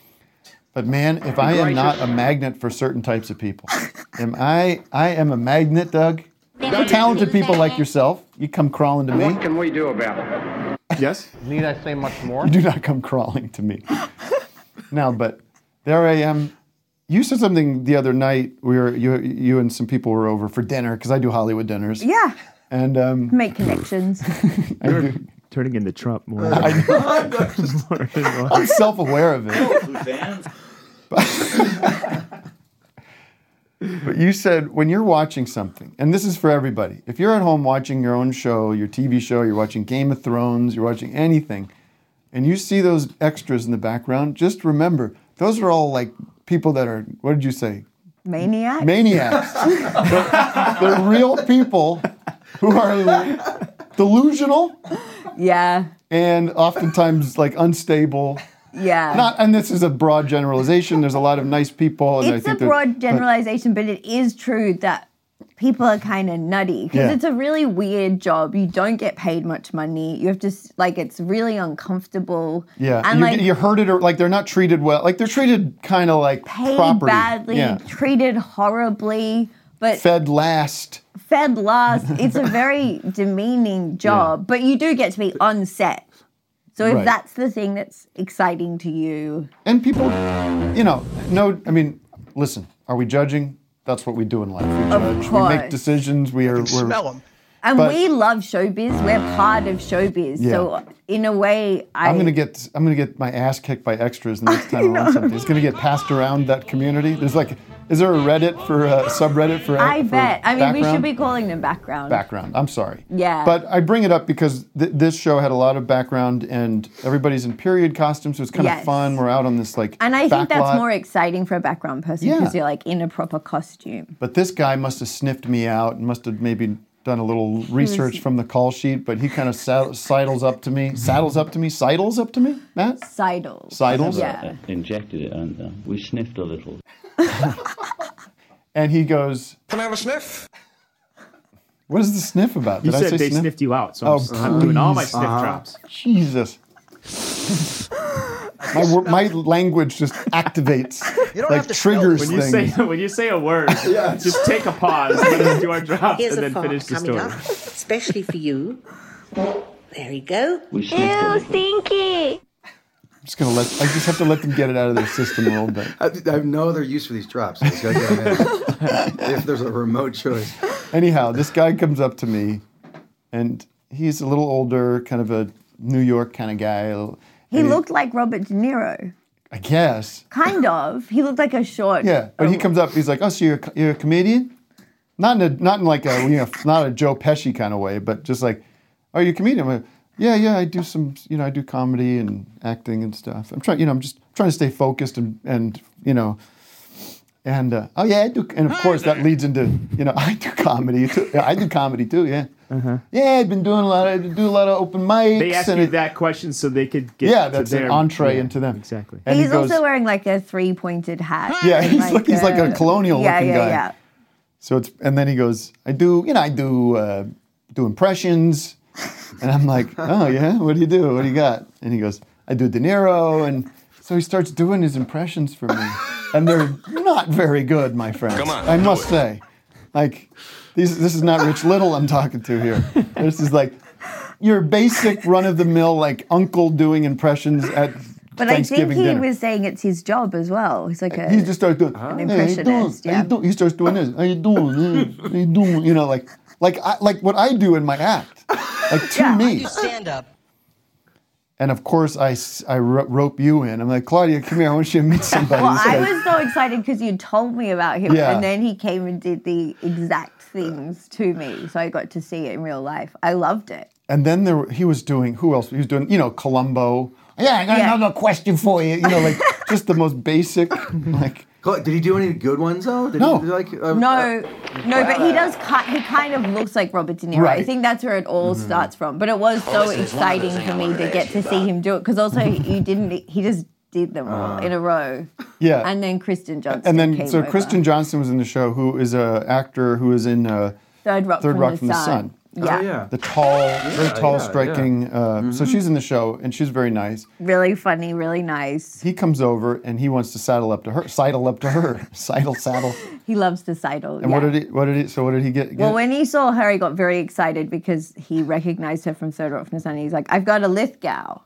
Speaker 2: But man, if I am
Speaker 5: Gracious.
Speaker 2: not a magnet for certain types of people, am I? I am a magnet, Doug. For talented people like yourself, you come crawling to me.
Speaker 11: What can we do about it?
Speaker 2: Yes.
Speaker 11: Need I say much more?
Speaker 2: You do not come crawling to me. now, but there I am. You said something the other night. We were you, you and some people were over for dinner because I do Hollywood dinners.
Speaker 5: Yeah.
Speaker 2: And um,
Speaker 5: Make connections.
Speaker 2: I,
Speaker 4: Turning into Trump more.
Speaker 2: am self-aware of it. But you said when you're watching something, and this is for everybody. If you're at home watching your own show, your TV show, you're watching Game of Thrones, you're watching anything, and you see those extras in the background, just remember those are all like people that are. What did you say?
Speaker 5: Maniac.
Speaker 2: Maniacs. They're real people who are delusional
Speaker 5: yeah.
Speaker 2: and oftentimes like unstable.
Speaker 5: Yeah.
Speaker 2: Not, and this is a broad generalization. There's a lot of nice people, and I
Speaker 5: it's a
Speaker 2: think they're-
Speaker 5: broad
Speaker 2: but-
Speaker 5: generalization, but it is true that people are kind of nutty because
Speaker 2: Yeah.
Speaker 5: it's a really weird job. You don't get paid much money. You have to s- like it's really uncomfortable.
Speaker 2: Yeah,
Speaker 5: and
Speaker 2: you,
Speaker 5: like
Speaker 2: you heard it, or like they're not treated well. Like they're treated kind of like
Speaker 5: paid
Speaker 2: property.
Speaker 5: badly,
Speaker 2: Yeah,
Speaker 5: treated horribly. But
Speaker 2: fed last.
Speaker 5: fed last, it's a very demeaning job, but you do get to be on set. So if
Speaker 2: Right.
Speaker 5: that's the thing that's exciting to you,
Speaker 2: And people, you know, no, I mean, listen, are we judging? That's what we do in life. We
Speaker 5: Of
Speaker 2: judge, we make
Speaker 5: course.
Speaker 2: decisions, we are. We're,
Speaker 5: smell 'em. and
Speaker 2: But-
Speaker 5: we love showbiz, we're part of showbiz. So in a way, I
Speaker 2: I'm gonna get I'm gonna get my ass kicked by extras the next time I want something. It's gonna get passed around that community. There's like, is there a Reddit for uh, subreddit for?
Speaker 5: I
Speaker 2: for
Speaker 5: bet. I mean, we should
Speaker 2: background?
Speaker 5: be calling them background.
Speaker 2: background. I'm sorry.
Speaker 5: Yeah.
Speaker 2: But I bring it up because th- this show had a lot of background, and everybody's in period costumes, so it's kind
Speaker 5: Yes.
Speaker 2: of fun. We're out on this like.
Speaker 5: and I
Speaker 2: back
Speaker 5: think that's
Speaker 2: lot.
Speaker 5: more exciting for a background person because
Speaker 2: Yeah.
Speaker 5: you're like in a proper costume.
Speaker 2: But this guy must have sniffed me out and must have maybe done a little research from the call sheet. But he kind of sa- sidles up to me, saddles up to me, sidles up to me, Matt.
Speaker 5: Sidles.
Speaker 2: Sidles?
Speaker 5: Yeah.
Speaker 13: uh, Injected it and uh, we sniffed a little.
Speaker 2: And he goes,
Speaker 14: Can I have a sniff?
Speaker 2: "What is the sniff about?"
Speaker 4: You
Speaker 2: Did I
Speaker 4: said
Speaker 2: say
Speaker 4: they
Speaker 2: sniff? Oh,
Speaker 4: sniffed you out, so I'm s- I'm doing all my sniff
Speaker 2: please. Ah,
Speaker 4: drops.
Speaker 2: Jesus. My, wor- my language just activates, like triggers
Speaker 4: when you
Speaker 2: things.
Speaker 4: say when you say a word. just take a pause, let us do our drops,
Speaker 16: Here's
Speaker 4: and
Speaker 16: a
Speaker 4: then
Speaker 16: thought
Speaker 4: finish the
Speaker 16: coming
Speaker 4: story.
Speaker 16: up, especially for you. There you go.
Speaker 2: We sniffed a Ew, little.
Speaker 16: stinky.
Speaker 2: I'm just gonna let. I just have to let them get it out of their system a little bit.
Speaker 6: I, I have no other use for these drops. I just gotta get 'em in. if there's a remote choice.
Speaker 2: Anyhow, this guy comes up to me, and he's a little older, kind of a New York kind of guy. and
Speaker 5: He looked like Robert De Niro.
Speaker 2: I guess.
Speaker 5: Kind of. He looked like a short.
Speaker 2: Yeah, but he comes up. He's like, "Oh, so you're a, co- you're a comedian? Not in a not in like a you know not a Joe Pesci kind of way, but just like, are you a comedian? I'm like, yeah, yeah, I do some you know I do comedy and acting and stuff. I'm trying you know I'm just trying to stay focused and and you know. And uh, oh yeah, I do, and of course that leads into you know I do comedy too. Yeah, I do comedy too. Yeah, yeah, I've been doing a lot. I do a lot of open mics.
Speaker 4: They asked
Speaker 2: and
Speaker 4: you
Speaker 2: it-
Speaker 4: that question so they could get
Speaker 2: yeah,
Speaker 4: to
Speaker 2: that's
Speaker 4: their,
Speaker 2: an entree
Speaker 4: yeah.
Speaker 2: into them exactly.
Speaker 5: he's also wearing like a three pointed hat.
Speaker 2: Yeah,
Speaker 5: and,
Speaker 2: he's like, he's like a colonial
Speaker 5: yeah,
Speaker 2: looking
Speaker 5: yeah,
Speaker 2: guy.
Speaker 5: Yeah,
Speaker 2: So it's and then he goes, I do, you know, I do uh, do impressions, and I'm like, oh yeah, what do you do? What do you got? And he goes, I do De Niro, and so he starts doing his impressions for me, and they're not very good, my friend.
Speaker 14: Come on,
Speaker 2: I
Speaker 14: do
Speaker 2: must
Speaker 14: it.
Speaker 2: say, like, these, this is not Rich Little I'm talking to here. This is like your basic run of the mill like uncle doing impressions at
Speaker 5: But I
Speaker 2: Thanksgiving
Speaker 5: think he
Speaker 2: dinner.
Speaker 5: was saying it's his job as well. He's like a.
Speaker 2: He just starts doing
Speaker 5: An
Speaker 2: "Hey, how you doing?
Speaker 5: impressionist,
Speaker 2: How you doing?" He starts doing this. How you doing? Yeah, How you doing? You know, like like I, like what I do in my act, like to me.
Speaker 16: stand up.
Speaker 2: And of course, I s- I ro- rope you in. I'm like Claudia, come here. I want you to meet somebody.
Speaker 5: well,
Speaker 2: It's
Speaker 5: I
Speaker 2: like-
Speaker 5: was so excited because you told me about him,
Speaker 2: Yeah. Uh,
Speaker 5: and then he came and did the exact things to me. So I got to see it in real life. I loved it.
Speaker 2: and then there were- he was doing who else? He was doing you know Columbo. Yeah, I got
Speaker 5: Yeah.
Speaker 2: another question for you. You know, like just the most basic like.
Speaker 6: Did he do any good ones though? Did
Speaker 2: No.
Speaker 6: He, like, uh,
Speaker 5: No, no, but he
Speaker 6: wow.
Speaker 5: does. ki- He kind of looks like Robert De Niro. I
Speaker 6: Right.
Speaker 5: think that's where it all
Speaker 2: Mm-hmm.
Speaker 5: starts from. But it was
Speaker 17: Oh, this
Speaker 5: so
Speaker 17: is one of the
Speaker 5: exciting
Speaker 17: things
Speaker 5: for
Speaker 17: I
Speaker 5: me
Speaker 17: wanted
Speaker 5: to
Speaker 17: to
Speaker 5: get
Speaker 17: ask
Speaker 5: to
Speaker 17: you
Speaker 5: see
Speaker 17: about.
Speaker 5: him do it because also you didn't. He just did them
Speaker 17: Uh.
Speaker 5: all in a row.
Speaker 2: Yeah.
Speaker 5: and then Kristen Johnson.
Speaker 2: And then
Speaker 5: came
Speaker 2: so
Speaker 5: over.
Speaker 2: Kristen Johnson was in the show, who is a actor who is in. Uh,
Speaker 5: Third Rock,
Speaker 2: Third
Speaker 5: from,
Speaker 2: Rock
Speaker 5: the
Speaker 2: from the Sun.
Speaker 5: Oh, Yeah.
Speaker 2: The tall, very
Speaker 5: Yeah,
Speaker 2: tall,
Speaker 5: yeah, Mm-hmm.
Speaker 2: striking. Uh, So she's in the show, and she's very nice.
Speaker 5: really funny, really nice.
Speaker 2: He comes over, and he wants to saddle up to her, sidle up to her, sidle, saddle.
Speaker 5: He loves to sidle.
Speaker 2: And
Speaker 5: yeah.
Speaker 2: what did he? What did he? So what did he get?
Speaker 5: Well,
Speaker 2: get?
Speaker 5: when he saw her, he got very excited because he recognized her from Third Rock from the Sun. He's like, "I've got a Lithgow."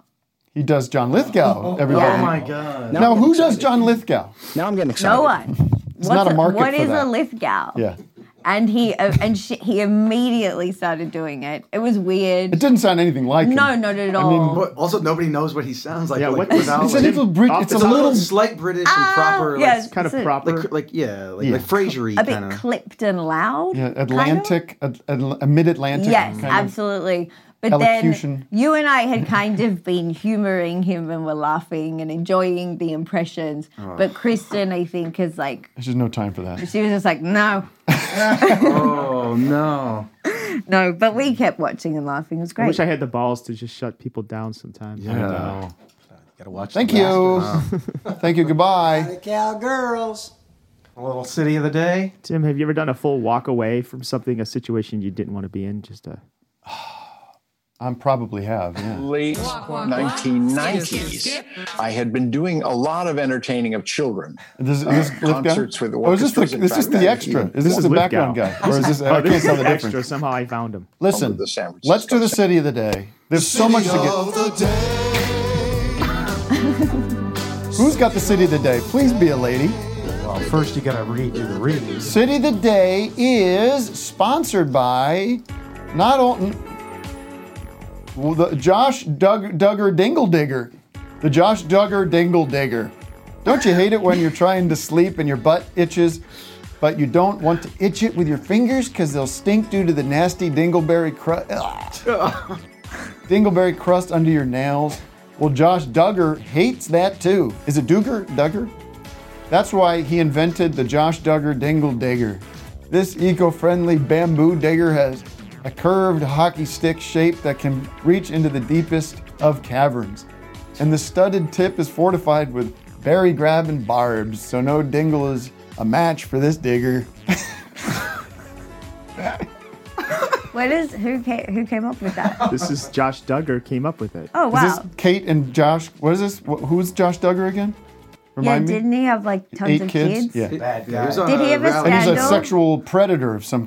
Speaker 2: he does John Lithgow. Everybody.
Speaker 5: Oh my
Speaker 2: God!
Speaker 5: Now
Speaker 2: Now
Speaker 5: I'm
Speaker 2: who does John Lithgow? Now I'm getting
Speaker 5: No one.
Speaker 2: It's not a market
Speaker 5: What
Speaker 2: for
Speaker 5: is
Speaker 2: that.
Speaker 5: a Lithgow?
Speaker 2: Yeah.
Speaker 5: and he uh, and she, he immediately started doing it. It was weird.
Speaker 2: It didn't sound anything like him.
Speaker 5: No, not at all.
Speaker 6: But also, nobody knows what he sounds like.
Speaker 2: Yeah,
Speaker 6: like,
Speaker 2: what does-
Speaker 6: without,
Speaker 2: it's a
Speaker 6: like,
Speaker 2: little Brit- it's a little-
Speaker 6: slight British
Speaker 4: Ah,
Speaker 6: and proper.
Speaker 5: yeah,
Speaker 6: like,
Speaker 5: it's kind of Ah! it's a- proper.
Speaker 6: Like, like yeah, like,
Speaker 2: Yeah.
Speaker 6: like Frasier-y
Speaker 5: a bit
Speaker 6: kind of.
Speaker 5: clipped and loud.
Speaker 2: Yeah, Atlantic, Ad- Ad- mid-Atlantic.
Speaker 5: Yes,
Speaker 2: kind of.
Speaker 5: absolutely. But
Speaker 2: elocution.
Speaker 5: then you and I had kind of been humoring him and were laughing and enjoying the impressions.
Speaker 2: Oh.
Speaker 5: But Kristen, I think, is like
Speaker 2: There's just no time for that.
Speaker 5: she was just like, no,
Speaker 6: oh no!
Speaker 5: no. But we kept watching and laughing. It was
Speaker 4: I
Speaker 5: great.
Speaker 4: wish I had the balls to just shut people down sometimes.
Speaker 6: Yeah.
Speaker 12: Gotta watch.
Speaker 2: Thank
Speaker 12: the
Speaker 2: you.
Speaker 12: bastards.
Speaker 2: Thank you. Goodbye.
Speaker 17: Cowgirls.
Speaker 12: A little city of the day.
Speaker 4: Tim, have you ever done a full walk away from something, a situation you didn't want to be in? Just a
Speaker 2: I'm probably have. Yeah.
Speaker 17: late 1990s, I had been doing a lot of entertaining of children.
Speaker 2: This,
Speaker 17: uh,
Speaker 2: this Lithgow?
Speaker 17: concerts with
Speaker 2: Oh, is this
Speaker 17: orchestras.
Speaker 2: the-
Speaker 17: In
Speaker 2: this
Speaker 17: fact,
Speaker 2: is the
Speaker 17: I
Speaker 2: extra. Is this the background
Speaker 4: Lithgow.
Speaker 2: guy? Or is this- I
Speaker 4: oh,
Speaker 2: can't
Speaker 4: this
Speaker 2: tell
Speaker 4: is
Speaker 2: the difference.
Speaker 4: extra. Somehow I found him.
Speaker 2: Listen, let's do the city of the day. There's so much to
Speaker 4: of
Speaker 2: get. Who's got the city of the day? Please be a lady.
Speaker 12: Well, first you gotta read you the readings.
Speaker 2: City of the day is sponsored by not only well, the Josh Dug, Duggar Dingle Digger. The Josh Duggar Dingle Digger. Don't you hate it when you're trying to sleep and your butt itches, but you don't want to itch it with your fingers because they'll stink due to the nasty dingleberry crust? dingleberry crust under your nails. Well, Josh Duggar hates that too. Is it Duggar? Duggar? That's why he invented the Josh Duggar Dingle Digger. This eco friendly bamboo digger has a curved hockey stick shape that can reach into the deepest of caverns. And the studded tip is fortified with berry grabbing barbs, so no dingle is a match for this digger.
Speaker 5: What is who came who came up with that?
Speaker 4: This is Josh Duggar came up with it.
Speaker 5: Oh wow!
Speaker 2: Is this Kate and Josh? What is this? Wh- Who's Josh Duggar again?
Speaker 5: yeah,
Speaker 2: Remind me.
Speaker 5: didn't he have like tons
Speaker 2: Eight
Speaker 5: of
Speaker 2: kids?
Speaker 5: kids?
Speaker 2: Yeah.
Speaker 5: Did he ever
Speaker 2: And he's a
Speaker 5: scandal?
Speaker 2: sexual predator of some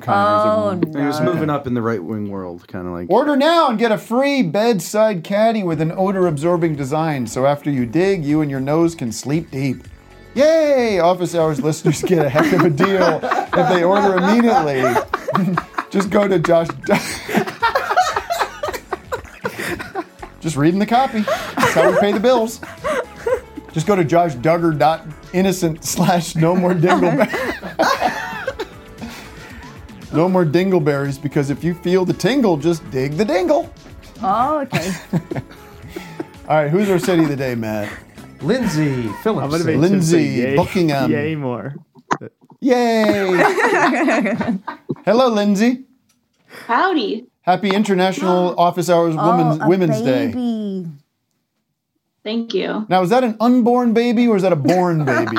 Speaker 5: Oh,
Speaker 2: kind.
Speaker 6: He was
Speaker 2: no.
Speaker 6: moving up in the right wing world, kind of like.
Speaker 2: Order now and get a free bedside caddy with an odor absorbing design so after you dig, you and your nose can sleep deep. Yay! Office Hours listeners get a heck of a deal if they order immediately. Just go to Josh. Just reading the copy. That's how we pay the bills. Just go to joshduggar.innocent slash no more dingleberries. no more dingleberries because if you feel the tingle, just dig the dingle.
Speaker 5: Oh, okay.
Speaker 2: All right, who's our city of the day, Matt?
Speaker 12: Lindsay
Speaker 4: I'm
Speaker 12: Phillips.
Speaker 4: gonna make him say
Speaker 2: Lindsay
Speaker 4: yay-
Speaker 2: Buckingham.
Speaker 4: Yay more.
Speaker 2: Yay! Hello, Lindsay.
Speaker 18: Howdy.
Speaker 2: Happy International Office Hours Women's,
Speaker 18: a
Speaker 2: Women's Day.
Speaker 5: Oh, baby.
Speaker 18: Thank you.
Speaker 2: Now, is that an unborn baby or is that a born baby?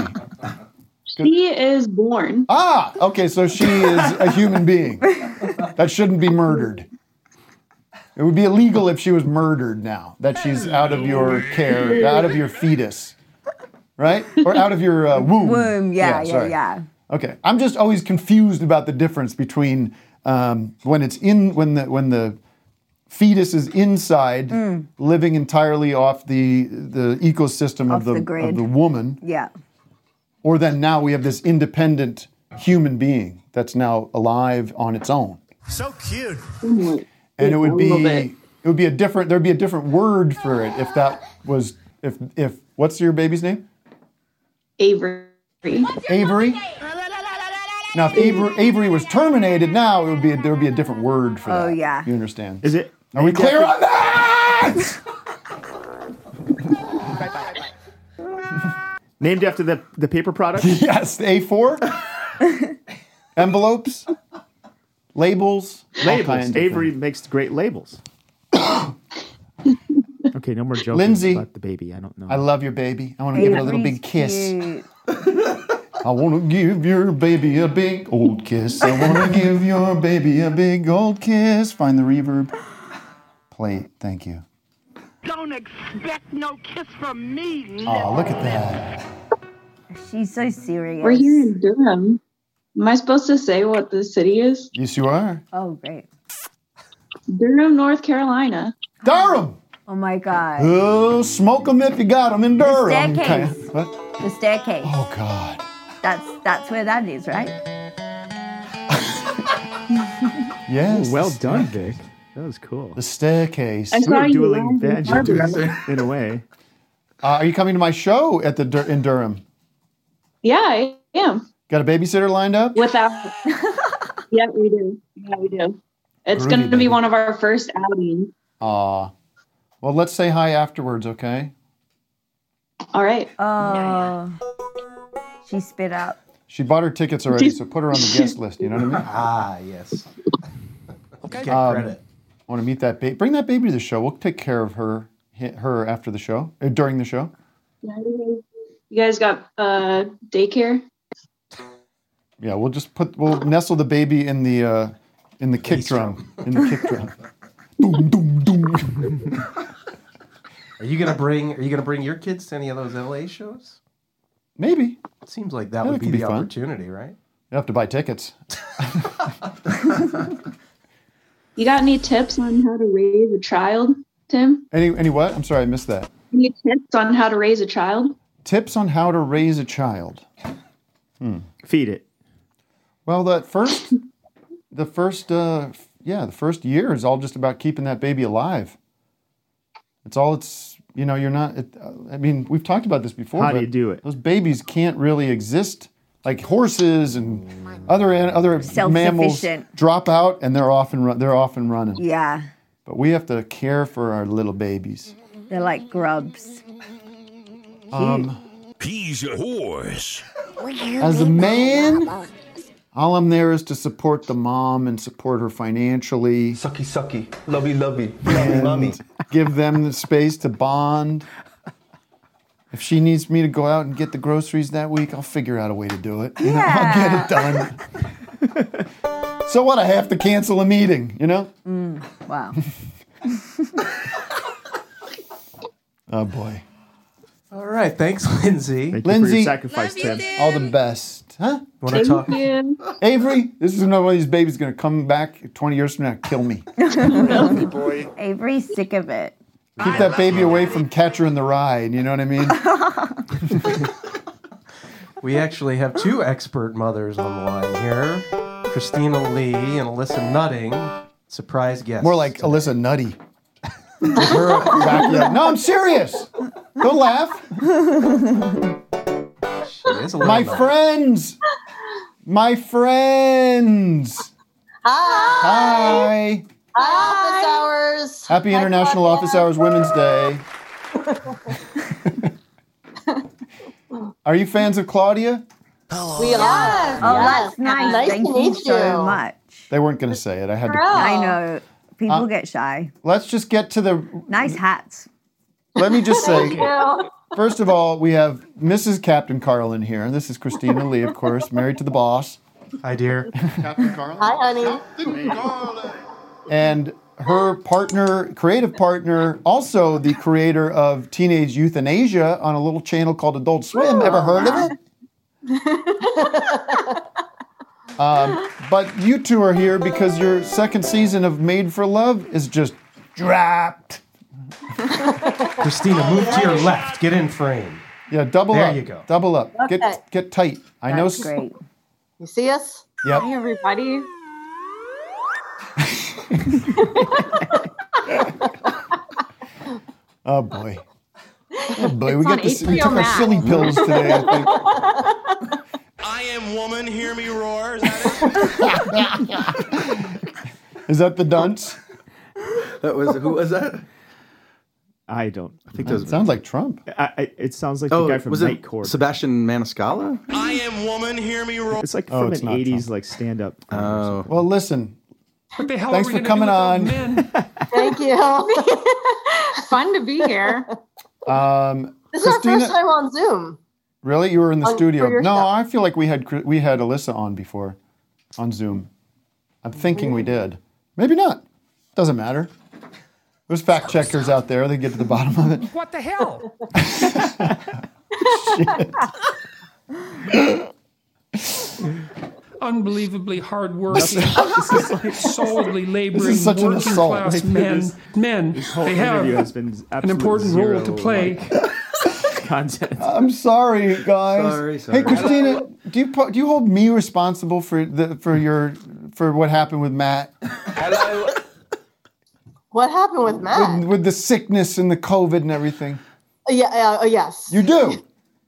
Speaker 18: She is born.
Speaker 2: Ah, okay, so she is a human being that shouldn't be murdered. It would be illegal if she was murdered now that she's out of your care, out of your fetus, right? Or out of your uh, womb.
Speaker 5: Womb, yeah, yeah,
Speaker 2: sorry.
Speaker 5: yeah.
Speaker 2: Okay, I'm just always confused about the difference between um, when it's in when the when the fetus is inside,
Speaker 5: Mm.
Speaker 2: living entirely off the the ecosystem
Speaker 5: Off
Speaker 2: of the,
Speaker 5: the
Speaker 2: of
Speaker 5: grid.
Speaker 2: the woman,
Speaker 5: Yeah.
Speaker 2: or then now we have this independent human being that's now alive on its own,
Speaker 19: So cute.
Speaker 2: and it
Speaker 19: I
Speaker 2: would be
Speaker 19: love it.
Speaker 2: it would be a different there'd be a different word for it if that was if if what's your baby's name
Speaker 18: Avery.
Speaker 2: Avery. Now, if Avery, Avery was terminated, now it would be there would be a different word for that.
Speaker 5: Oh, yeah.
Speaker 2: You understand?
Speaker 4: Is it?
Speaker 2: Are we clear on that?
Speaker 4: Named after the the paper product.
Speaker 2: yes, the A4 envelopes, labels, all
Speaker 4: labels.
Speaker 2: kinds of
Speaker 4: Avery makes great labels. okay, no more jokes.
Speaker 2: Lindsay.
Speaker 4: about the baby. I don't know.
Speaker 2: I love your baby. I want to give it a little big kiss. I want to give your baby a big old kiss. I want to give your baby a big old kiss. Find the reverb. Play it. Thank you.
Speaker 20: Don't expect no kiss from me.
Speaker 2: Oh, look at that.
Speaker 5: She's so serious.
Speaker 18: We're here in Durham. Am I supposed to say what the city is?
Speaker 2: Yes, you are.
Speaker 5: Oh, great.
Speaker 18: Durham, North Carolina.
Speaker 2: Durham.
Speaker 5: Oh my God.
Speaker 2: Oh, smoke them if you got them in Durham.
Speaker 5: staircase.
Speaker 2: Okay. What?
Speaker 5: The staircase.
Speaker 2: Oh God.
Speaker 5: That's that's where that is, right?
Speaker 2: Yes.
Speaker 4: Ooh, well done, Vic. That was cool.
Speaker 2: The staircase.
Speaker 4: We were dueling
Speaker 2: laughing,
Speaker 4: banjos
Speaker 2: Barbara.
Speaker 4: in a way.
Speaker 2: Uh, are you coming to my show at the Dur- in Durham?
Speaker 18: Yeah, I am.
Speaker 2: Got a babysitter lined up?
Speaker 18: Without. yeah, we do. Yeah, we do. It's
Speaker 2: Groovy,
Speaker 18: going to
Speaker 2: baby.
Speaker 18: be one of our first outings.
Speaker 2: Aw. Well, let's say hi afterwards, okay?
Speaker 18: All right.
Speaker 5: Oh. She spit out.
Speaker 2: She bought her tickets already, so put her on the guest list. You know what I mean? Ah, yes.
Speaker 12: Okay.
Speaker 2: credit. I want to meet that baby. Bring that baby to the show. We'll take care of her, hi- her after the show, uh, during the show.
Speaker 18: You guys got uh, daycare?
Speaker 2: Yeah, we'll just put, we'll nestle the baby in the, uh, in the kick drum, in the kick drum. doom, doom, doom.
Speaker 12: Are you
Speaker 2: Uh,
Speaker 12: gonna bring Are you gonna bring your kids to any of those LA shows?
Speaker 2: Maybe
Speaker 12: Seems like that
Speaker 2: Yeah,
Speaker 12: would
Speaker 2: it
Speaker 12: be,
Speaker 2: could be
Speaker 12: the
Speaker 2: fun.
Speaker 12: opportunity, right?
Speaker 2: You have to buy tickets.
Speaker 18: You got any tips on how to raise a child, Tim?
Speaker 2: Any any what? I'm sorry, I missed that.
Speaker 18: Any tips on how to raise a child?
Speaker 2: Tips on how to raise a child. Hmm.
Speaker 4: Feed it.
Speaker 2: Well, that first, the first, uh, yeah, the first year is all just about keeping that baby alive. It's all it's you know you're not. It, uh, I mean, we've talked about this before.
Speaker 4: How do
Speaker 2: but
Speaker 4: you do it?
Speaker 2: Those babies can't really exist. Like horses and other an- other mammals
Speaker 5: Self-sufficient.
Speaker 2: drop out and they're off and run, they're off and running.
Speaker 5: Yeah,
Speaker 2: But we have to care for our little babies.
Speaker 5: they're like grubs.
Speaker 2: Um,
Speaker 19: He's a horse.
Speaker 2: As a man, all I'm there is to support the mom and support her financially. Sucky, sucky, lovey, lovey, lovey, mommy. Give them the space to bond. If she needs me to go out and get the groceries that week, I'll figure out a way to do it. You know, I'll get it done. so what? I have to cancel a meeting, you know?
Speaker 5: Mm, wow.
Speaker 2: Oh boy.
Speaker 12: All right, thanks, Lindsay.
Speaker 2: Thank you for your Lindsay. sacrifice, Love you, Tim. All the best, huh?
Speaker 12: Wanna Thank talk-
Speaker 2: Avery, this is another one of these babies going to come back 20 years from now and kill me.
Speaker 5: Avery's sick of it.
Speaker 2: Keep that baby away from Catcher in the Rye. You know what I mean?
Speaker 12: We actually have two expert mothers on the line here Christina Lee and Alyssa Nutting. Surprise guests.
Speaker 2: More like Alyssa Nutty. We're a backyard- No, I'm serious. Don't laugh. My friends. My friends. Hi.
Speaker 21: Office hours.
Speaker 2: Happy International Office Hours Women's Day. Are you fans of Claudia?
Speaker 21: We are.
Speaker 5: Oh,
Speaker 21: Yes.
Speaker 5: that's nice.
Speaker 21: Nice
Speaker 5: Thank
Speaker 21: to
Speaker 5: you
Speaker 21: meet
Speaker 5: so
Speaker 21: you.
Speaker 5: much.
Speaker 2: They weren't going to say it. I had to.
Speaker 5: I know. People
Speaker 2: Uh,
Speaker 5: get shy.
Speaker 2: Let's just get to the.
Speaker 5: Nice hats.
Speaker 2: Let me just say. First of all, we have Mrs. Captain Carl in here. This is Christina Lee, of course, married to the boss.
Speaker 12: Hi, dear.
Speaker 2: Captain Carl.
Speaker 21: Hi, honey.
Speaker 2: And her partner, creative partner, also the creator of Teenage Euthanasia on a little channel called Adult Swim.
Speaker 21: Oh,
Speaker 2: Ever heard of it? Um, but you two are here because your second season of Made for Love is just dropped.
Speaker 12: Christina, move to your left. Get in frame.
Speaker 2: Yeah, double
Speaker 12: There
Speaker 2: up.
Speaker 12: you go.
Speaker 2: Double up.
Speaker 21: Okay.
Speaker 2: Get get tight. I know.
Speaker 21: That's
Speaker 2: s-
Speaker 21: great. You see us?
Speaker 2: Yep.
Speaker 21: Hi, everybody.
Speaker 2: Oh boy. Oh
Speaker 21: It's
Speaker 2: boy. we
Speaker 21: on
Speaker 2: get this, we
Speaker 21: HBO
Speaker 2: took our
Speaker 21: Max.
Speaker 2: silly pills today. I think.
Speaker 14: I am woman, hear me roar. Is
Speaker 2: Is that the dunce?
Speaker 6: That was who was that?
Speaker 4: I don't. I think
Speaker 6: That
Speaker 4: those
Speaker 6: sounds
Speaker 2: like Trump.
Speaker 4: I, I, it sounds like
Speaker 6: oh,
Speaker 4: the guy from
Speaker 6: was
Speaker 4: Night
Speaker 6: it
Speaker 4: Court.
Speaker 6: Sebastian Maniscalco?
Speaker 14: I am woman, hear me roar.
Speaker 4: It's like
Speaker 6: Oh,
Speaker 4: from
Speaker 6: it's
Speaker 4: an
Speaker 6: not
Speaker 4: '80s like stand-up.
Speaker 6: Oh,
Speaker 2: Well, listen.
Speaker 14: What the hell
Speaker 2: Thanks
Speaker 14: are
Speaker 2: for
Speaker 14: we gonna
Speaker 2: coming on.
Speaker 21: Thank you. Fun to be here.
Speaker 2: Um,
Speaker 21: This is our
Speaker 2: Christina,
Speaker 21: first time on Zoom.
Speaker 2: really? You were in the
Speaker 21: on- for
Speaker 2: studio.
Speaker 21: your
Speaker 2: No,
Speaker 21: show.
Speaker 2: I feel like we had Chri- we had Alyssa on before, on Zoom. I'm thinking we did. Maybe not. Doesn't matter. There's fact checkers out there. They get to the bottom of it.
Speaker 14: What the hell? Unbelievably hard working, solidly laboring,
Speaker 4: This is such an
Speaker 14: working
Speaker 4: assault.
Speaker 14: class
Speaker 4: Like,
Speaker 14: men.
Speaker 4: this-
Speaker 14: men,
Speaker 4: this whole
Speaker 14: they have
Speaker 4: interview has been
Speaker 14: an
Speaker 4: absolute
Speaker 14: important role to
Speaker 4: zero,
Speaker 14: play.
Speaker 4: content.
Speaker 2: I'm sorry, guys.
Speaker 4: Sorry, sorry.
Speaker 2: Hey, Christina, do you po- do you hold me responsible for the for your for what happened with Matt?
Speaker 21: What happened with Matt?
Speaker 2: With, with the sickness and the COVID and everything.
Speaker 21: Yeah, uh, uh, yes.
Speaker 2: You do.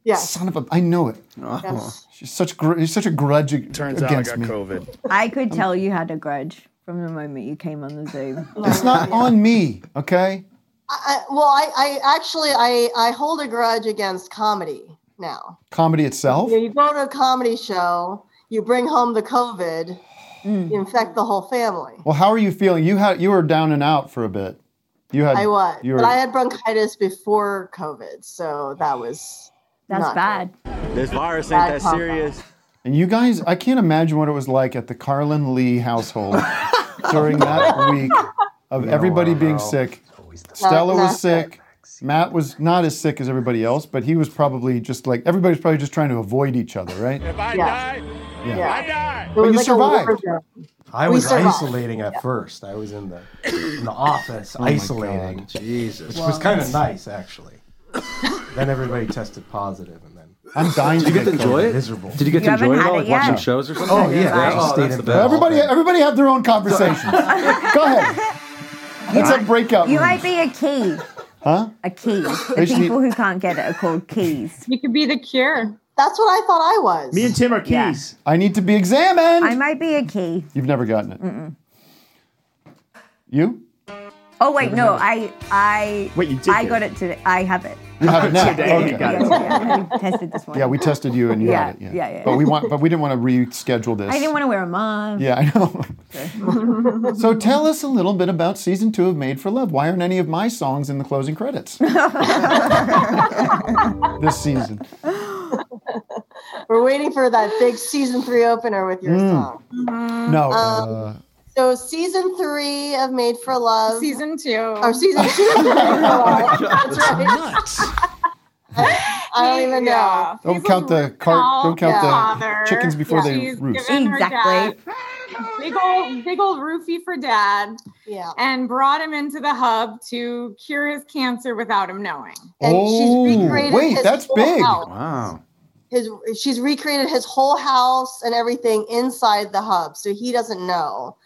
Speaker 21: Yes.
Speaker 2: Son of a, I know it.
Speaker 21: Yes.
Speaker 2: She's such gr- she's such a grudge ag-
Speaker 5: Oh. Turns out I
Speaker 2: against
Speaker 5: got
Speaker 2: me.
Speaker 5: I could tell you had a grudge from the moment you came on the Zoom.
Speaker 2: It's not on me, okay?
Speaker 21: I, I- well, I, I actually I, I hold a grudge against comedy now.
Speaker 2: Comedy itself.
Speaker 21: You, know, you go to a comedy show, you bring home the COVID,
Speaker 5: Mm.
Speaker 21: you infect the whole family.
Speaker 2: Well, how are you feeling? You had you were down and out for a bit. You had
Speaker 21: I was,
Speaker 2: You
Speaker 21: but I had bronchitis before COVID, so that was
Speaker 5: That's
Speaker 21: not
Speaker 5: bad.
Speaker 14: This virus
Speaker 21: ain't that Bad pop. serious.
Speaker 2: and you guys, I can't imagine what it was like at the Carlin Lee household during that week of
Speaker 12: No,
Speaker 2: everybody
Speaker 12: no,
Speaker 2: being
Speaker 12: no.
Speaker 2: sick. Stella
Speaker 21: Not-
Speaker 2: was sick. Matt was not as sick as everybody else, but he was probably just like everybody's probably just trying to avoid each other, right?
Speaker 20: I die.
Speaker 2: Yeah.
Speaker 20: I die.
Speaker 2: But you survived.
Speaker 12: I
Speaker 2: We
Speaker 12: was
Speaker 2: survived.
Speaker 12: isolating at first. I was in the in the office
Speaker 6: Oh my
Speaker 12: isolating,
Speaker 6: Jesus,
Speaker 12: which was kind of nice actually. then everybody tested positive, and then
Speaker 2: I'm dying.
Speaker 6: Did you get to enjoy it?
Speaker 12: Miserable.
Speaker 6: Did you get to You enjoy haven't it had all, it like, watching yet. shows or something?
Speaker 12: Oh yeah,
Speaker 6: Yeah. Oh, that's the best.
Speaker 2: Everybody, everybody have their own conversations. Go ahead. Let's have breakout
Speaker 5: You might
Speaker 2: rooms.
Speaker 5: be a key.
Speaker 2: Huh?
Speaker 5: A key. The
Speaker 2: They should
Speaker 5: people who can't get it are called keys.
Speaker 21: You could be the cure. That's what I thought I was.
Speaker 2: Me and Tim are keys.
Speaker 5: Yeah.
Speaker 2: I need to be examined.
Speaker 5: I might be a key.
Speaker 2: You've never gotten it.
Speaker 5: Mm-mm.
Speaker 2: You?
Speaker 5: Oh wait,
Speaker 2: Never
Speaker 5: no,
Speaker 2: had
Speaker 5: I I
Speaker 2: Wait, you did
Speaker 5: I
Speaker 2: get
Speaker 5: got it today. I have it.
Speaker 2: You have it now.
Speaker 5: Yeah,
Speaker 2: Okay.
Speaker 5: yeah, yeah, yeah, I tested this morning.
Speaker 2: Yeah, we tested you and you
Speaker 5: Yeah,
Speaker 2: had it. Yeah.
Speaker 5: yeah, yeah.
Speaker 2: But we want, but we didn't want to reschedule this.
Speaker 5: I didn't want to wear a mask.
Speaker 2: Yeah, I know. so tell us a little bit about season two of Made for Love. Why aren't any of my songs in the closing credits this season?
Speaker 21: We're waiting for that big season three opener with your
Speaker 2: Mm.
Speaker 21: song.
Speaker 2: No.
Speaker 21: Um,
Speaker 2: Uh,
Speaker 21: So season three of Made for Love. Season two. Or season two. of Made for
Speaker 2: Oh
Speaker 21: Love.
Speaker 2: my God,
Speaker 21: That's
Speaker 2: that's
Speaker 21: right. I don't even know.
Speaker 2: don't count the cart. Don't count the chickens before they roost.
Speaker 19: Exactly. Big old, big old roofie for dad.
Speaker 21: Yeah.
Speaker 19: And brought him into the hub to cure his cancer without him knowing.
Speaker 21: And she's Oh, recreated wait, his that's whole big. house.
Speaker 6: Wow.
Speaker 21: His she's recreated his whole house and everything inside the hub, so he doesn't know.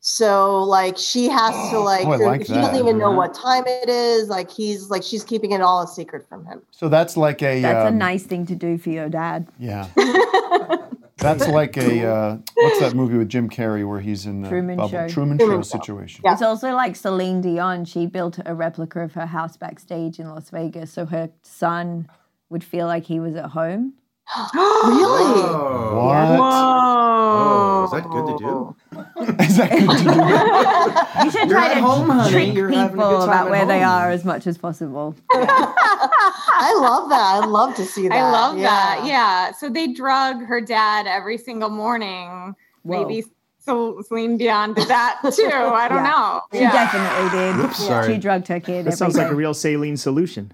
Speaker 21: So like she has to like,
Speaker 2: Oh, I like
Speaker 21: he
Speaker 2: that.
Speaker 21: doesn't even know
Speaker 2: Yeah.
Speaker 21: what time it is. Like he's like she's keeping it all a secret from him.
Speaker 2: So that's like a.
Speaker 5: That's a
Speaker 2: um,
Speaker 5: nice thing to do for your dad.
Speaker 2: Yeah. That's like a uh, what's that movie with Jim Carrey where he's in the
Speaker 5: Truman
Speaker 2: bubble?
Speaker 5: Show.
Speaker 2: Truman,
Speaker 5: Truman
Speaker 2: Show situation.
Speaker 5: It's also like Celine Dion. She built a replica of her house backstage in Las Vegas, so her son would feel like he was at home.
Speaker 21: really?
Speaker 2: What?
Speaker 6: Oh, is that good to do?
Speaker 5: You should
Speaker 6: You're
Speaker 5: try
Speaker 6: at
Speaker 5: to
Speaker 6: home, honey.
Speaker 5: trick
Speaker 6: You're having a good
Speaker 5: people
Speaker 6: time
Speaker 5: about
Speaker 6: at
Speaker 5: where they
Speaker 6: home.
Speaker 5: are as much as possible.
Speaker 21: I love that. I love to see that.
Speaker 19: I love
Speaker 21: Yeah.
Speaker 19: that. Yeah. So they drug her dad every single morning.
Speaker 5: Whoa.
Speaker 19: Maybe Cel- Celine Dion did that too. I don't
Speaker 5: Yeah.
Speaker 19: know.
Speaker 5: She
Speaker 19: Yeah.
Speaker 5: definitely did.
Speaker 4: Whoops, sorry.
Speaker 5: She drugged her kid.
Speaker 4: That sounds
Speaker 5: every
Speaker 4: like a real saline solution.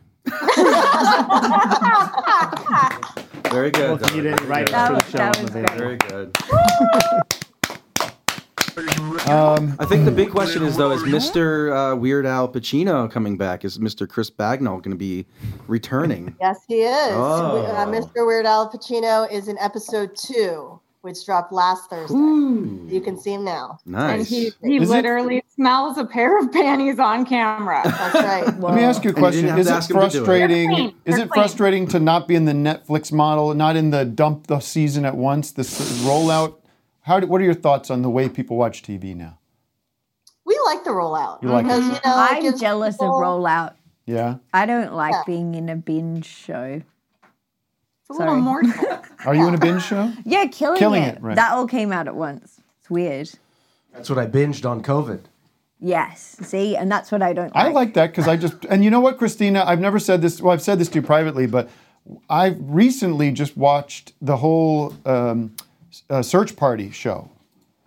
Speaker 6: Very good.
Speaker 4: Well, you didn't write
Speaker 5: it for the show, That was- that was Madeline.
Speaker 6: Very good.
Speaker 2: Um,
Speaker 6: I think the big question is though: Is Mr. Uh, Weird Al Pacino coming back? Is Mr. Chris Bagnall going to be returning?
Speaker 21: Yes, he is.
Speaker 6: Oh.
Speaker 21: We- uh, Mr. Weird Al Pacino is in episode two, which dropped last Thursday. You can see him now.
Speaker 19: And he,
Speaker 6: Nice.
Speaker 19: he
Speaker 6: Is it-
Speaker 19: literally smells a pair of panties on camera.
Speaker 21: That's right.
Speaker 2: Let me ask you a
Speaker 6: And you didn't
Speaker 2: question:
Speaker 6: have
Speaker 2: Is
Speaker 6: to
Speaker 2: it
Speaker 6: ask him to do it.
Speaker 2: frustrating?
Speaker 19: They're clean.
Speaker 2: Is
Speaker 19: They're
Speaker 2: it
Speaker 19: clean.
Speaker 2: frustrating to not be in the Netflix model, not in the dump the season at once, the s- rollout? How? Do, what are your thoughts on the way people watch TV now?
Speaker 21: We like the rollout.
Speaker 2: You like it?
Speaker 21: because, you know, it
Speaker 5: I'm
Speaker 21: gives
Speaker 5: jealous
Speaker 21: people-
Speaker 5: of rollout.
Speaker 2: Yeah.
Speaker 5: I don't like being in a binge show.
Speaker 19: It's a little more.
Speaker 2: Are you in a binge show?
Speaker 5: Yeah, killing,
Speaker 12: Killing
Speaker 5: it.
Speaker 12: It, right.
Speaker 5: That all came out at once. It's weird.
Speaker 12: That's what I binged on COVID.
Speaker 5: Yes. See, and that's what I don't
Speaker 2: I like that because I just and you know what, Christina, I've never said this. Well, I've said this to you privately, but I recently just watched the whole um, s- uh, search party show.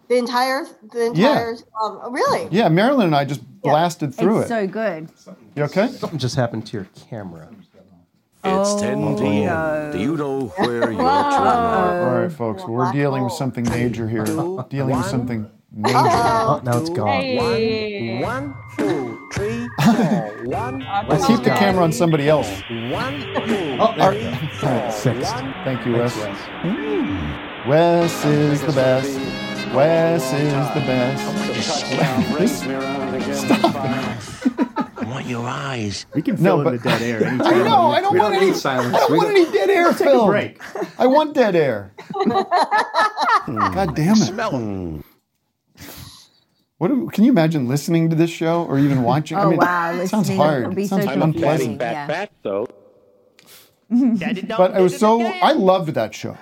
Speaker 21: The entire, the
Speaker 2: Yeah.
Speaker 21: entire, um, really?
Speaker 2: Yeah, Marilyn and I just blasted through it.
Speaker 5: so good.
Speaker 2: you okay?
Speaker 12: Something just happened to your camera.
Speaker 5: It's
Speaker 12: 10 p.m.
Speaker 5: Do
Speaker 12: you know where
Speaker 5: your Uh-oh.
Speaker 2: All right, folks, we're dealing with something major here. Dealing with something major.
Speaker 12: Uh-oh. Oh, now it's gone.
Speaker 19: Hey.
Speaker 3: One, two, three, four. One.
Speaker 2: Let's keep the camera on somebody else.
Speaker 3: One, two,
Speaker 2: Oh, all
Speaker 3: three,
Speaker 2: right.
Speaker 3: four.
Speaker 2: All right, sixth.
Speaker 3: One.
Speaker 2: Thank you, Wes. Hmm. Wes is the best. Wes is the best.
Speaker 14: I want your eyes.
Speaker 4: We can
Speaker 2: No,
Speaker 4: fill in
Speaker 2: but-
Speaker 4: the dead air. anytime
Speaker 2: I
Speaker 4: we
Speaker 2: know.
Speaker 4: need
Speaker 2: I don't
Speaker 4: to.
Speaker 2: want any silence. I don't want any dead air
Speaker 4: Take a
Speaker 2: film.
Speaker 4: break.
Speaker 2: I want dead air. God damn it! What do- can you imagine listening to this show or even watching?
Speaker 5: Oh, wow,
Speaker 2: it sounds
Speaker 5: listening
Speaker 2: hard.
Speaker 5: would be
Speaker 2: It sounds
Speaker 5: so
Speaker 2: unpleasant.
Speaker 5: confusing, yeah.
Speaker 14: Back though.
Speaker 2: But it was so. I loved that show,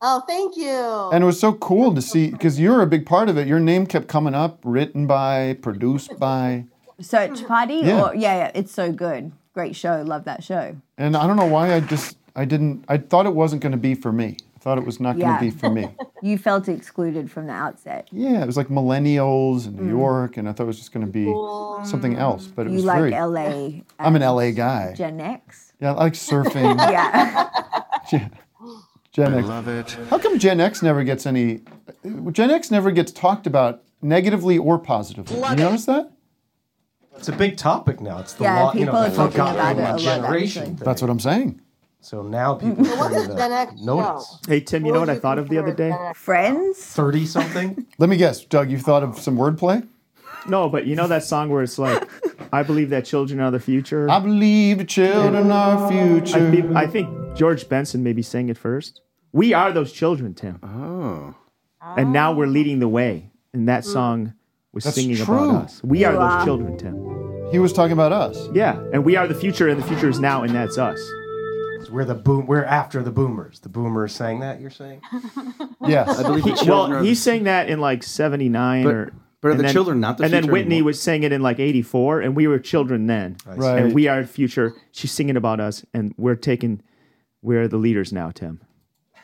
Speaker 21: Oh, thank you.
Speaker 2: and it was so cool to see because you're a big part of it. Your name kept coming up, written by, produced by, Mm.
Speaker 5: Search Party?
Speaker 2: Yeah.
Speaker 5: Or, yeah, yeah, it's so good. Great show. Love that show.
Speaker 2: and I don't know why I just I didn't. I thought it wasn't going to be for me. I thought it was not
Speaker 5: Yeah.
Speaker 2: going to be for me.
Speaker 5: you felt excluded from the outset.
Speaker 2: Yeah, it was like millennials in New York, and I thought it was just going to be something else, but it
Speaker 5: you
Speaker 2: was
Speaker 5: like
Speaker 2: very.
Speaker 5: LA.
Speaker 2: I'm an LA guy.
Speaker 5: Gen X.
Speaker 2: Yeah, I like surfing.
Speaker 5: yeah.
Speaker 2: Gen X. love it. How come Gen X never gets any? Gen X never gets talked about negatively or positively.
Speaker 12: Love
Speaker 2: you notice that?
Speaker 12: It's a big topic now. It's the
Speaker 2: Yeah,
Speaker 12: law, you know,
Speaker 2: people are
Speaker 12: the
Speaker 2: talking
Speaker 12: forgotten
Speaker 2: about it a lot,
Speaker 12: generation.
Speaker 2: That's what I'm saying.
Speaker 12: So now people
Speaker 2: What
Speaker 12: turn
Speaker 2: is
Speaker 12: to
Speaker 2: Gen X
Speaker 12: notice.
Speaker 2: Hey Tim,
Speaker 12: you know What what
Speaker 2: I thought of the other day?
Speaker 5: Friends.
Speaker 12: Thirty something.
Speaker 2: Let me guess, Doug. You thought of some wordplay?
Speaker 4: No, but you know that song where it's like, I believe that children are the future. I
Speaker 2: believe the children are future.
Speaker 4: I, think- I think George Benson maybe sang it first. We are those children, Tim. Oh. And now we're leading the way. And that song was
Speaker 2: That's
Speaker 4: singing
Speaker 2: true.
Speaker 4: about us. We are
Speaker 2: Wow.
Speaker 4: those children, Tim.
Speaker 2: He was talking about us.
Speaker 4: Yeah. And we are the future, and the future is now, and that's us.
Speaker 12: We're the boom. We're after the boomers. The boomers sang that. You're saying?
Speaker 2: Yes.
Speaker 12: I believe the
Speaker 4: He-
Speaker 12: children
Speaker 4: well,
Speaker 12: are-
Speaker 4: he sang that in like 79
Speaker 12: But-
Speaker 4: or.
Speaker 12: but are
Speaker 4: and
Speaker 12: the children not the
Speaker 4: And then
Speaker 12: future
Speaker 4: Whitney
Speaker 12: anymore?
Speaker 4: was singing it in like 84, and we were children then.
Speaker 2: see. Right.
Speaker 4: And we are future. She's singing about us, and we're taking, we're the leaders now, Tim.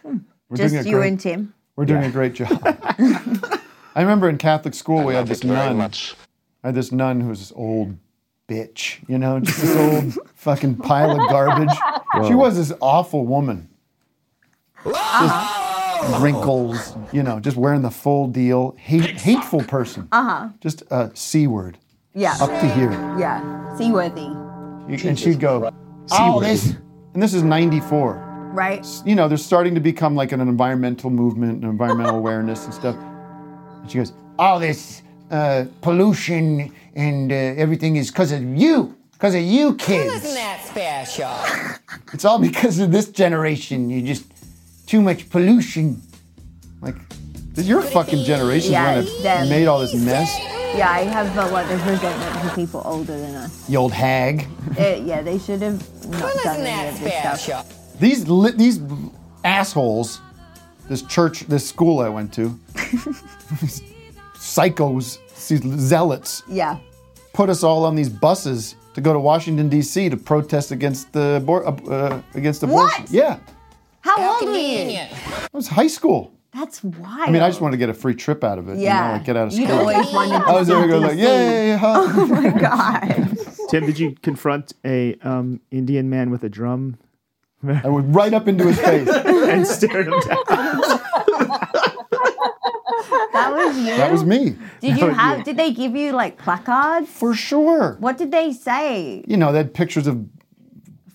Speaker 2: Hmm. We're doing
Speaker 5: Just
Speaker 2: a
Speaker 5: you
Speaker 2: great-
Speaker 5: and Tim.
Speaker 2: We're doing a great job. I remember in Catholic school we had this nun. I had this nun who was this old bitch, you know, just this old fucking pile of garbage. She
Speaker 9: Whoa.
Speaker 2: was this awful woman.
Speaker 14: Uh-huh.
Speaker 2: Just wrinkles, you know, just wearing the full deal. Hate, hateful person.
Speaker 5: Uh huh.
Speaker 2: Just a C word.
Speaker 5: Yeah.
Speaker 2: Up to here.
Speaker 5: Yeah. Seaworthy.
Speaker 2: and she'd go, oh, this. And this is 94.
Speaker 5: Right.
Speaker 2: you know, there's starting to become like an environmental movement and environmental awareness and stuff. And she goes, all this uh, pollution and uh, everything is because of you, because of you kids.
Speaker 1: that special?
Speaker 2: It's all because of this generation. You just too much pollution. Like, your fucking generation
Speaker 5: Yeah,
Speaker 2: yeah,
Speaker 5: it's them.
Speaker 2: that made all this mess.
Speaker 5: Yeah, I have a lot of resentment for people older than us.
Speaker 2: You old hag.
Speaker 5: Eh, yeah, they should have not done any of this stuff.
Speaker 2: These li- these assholes, this church, this school I went to, psychos, these zealots,
Speaker 5: Yeah.
Speaker 2: put us all on these buses to go to Washington D.C. to protest against the abor- uh, uh, against abortion. Yeah,
Speaker 5: How old were you?
Speaker 2: it was high school.
Speaker 5: That's wild.
Speaker 2: I mean, I just wanted to get a free trip out of it. you know,
Speaker 5: Yeah.
Speaker 2: like get out of
Speaker 5: You'd
Speaker 2: school.
Speaker 5: always wanted to
Speaker 2: I was there
Speaker 5: see
Speaker 2: going
Speaker 5: DC.
Speaker 2: like, yay! huh?
Speaker 5: Oh my god.
Speaker 4: Tim, did you confront a um, Indian man with a drum?
Speaker 2: I went right up into his face
Speaker 4: and stared him down.
Speaker 5: That was you.
Speaker 2: That was me.
Speaker 5: Did you have? Did they give you like placards?
Speaker 2: For sure.
Speaker 5: What did they say?
Speaker 2: You know, they had pictures of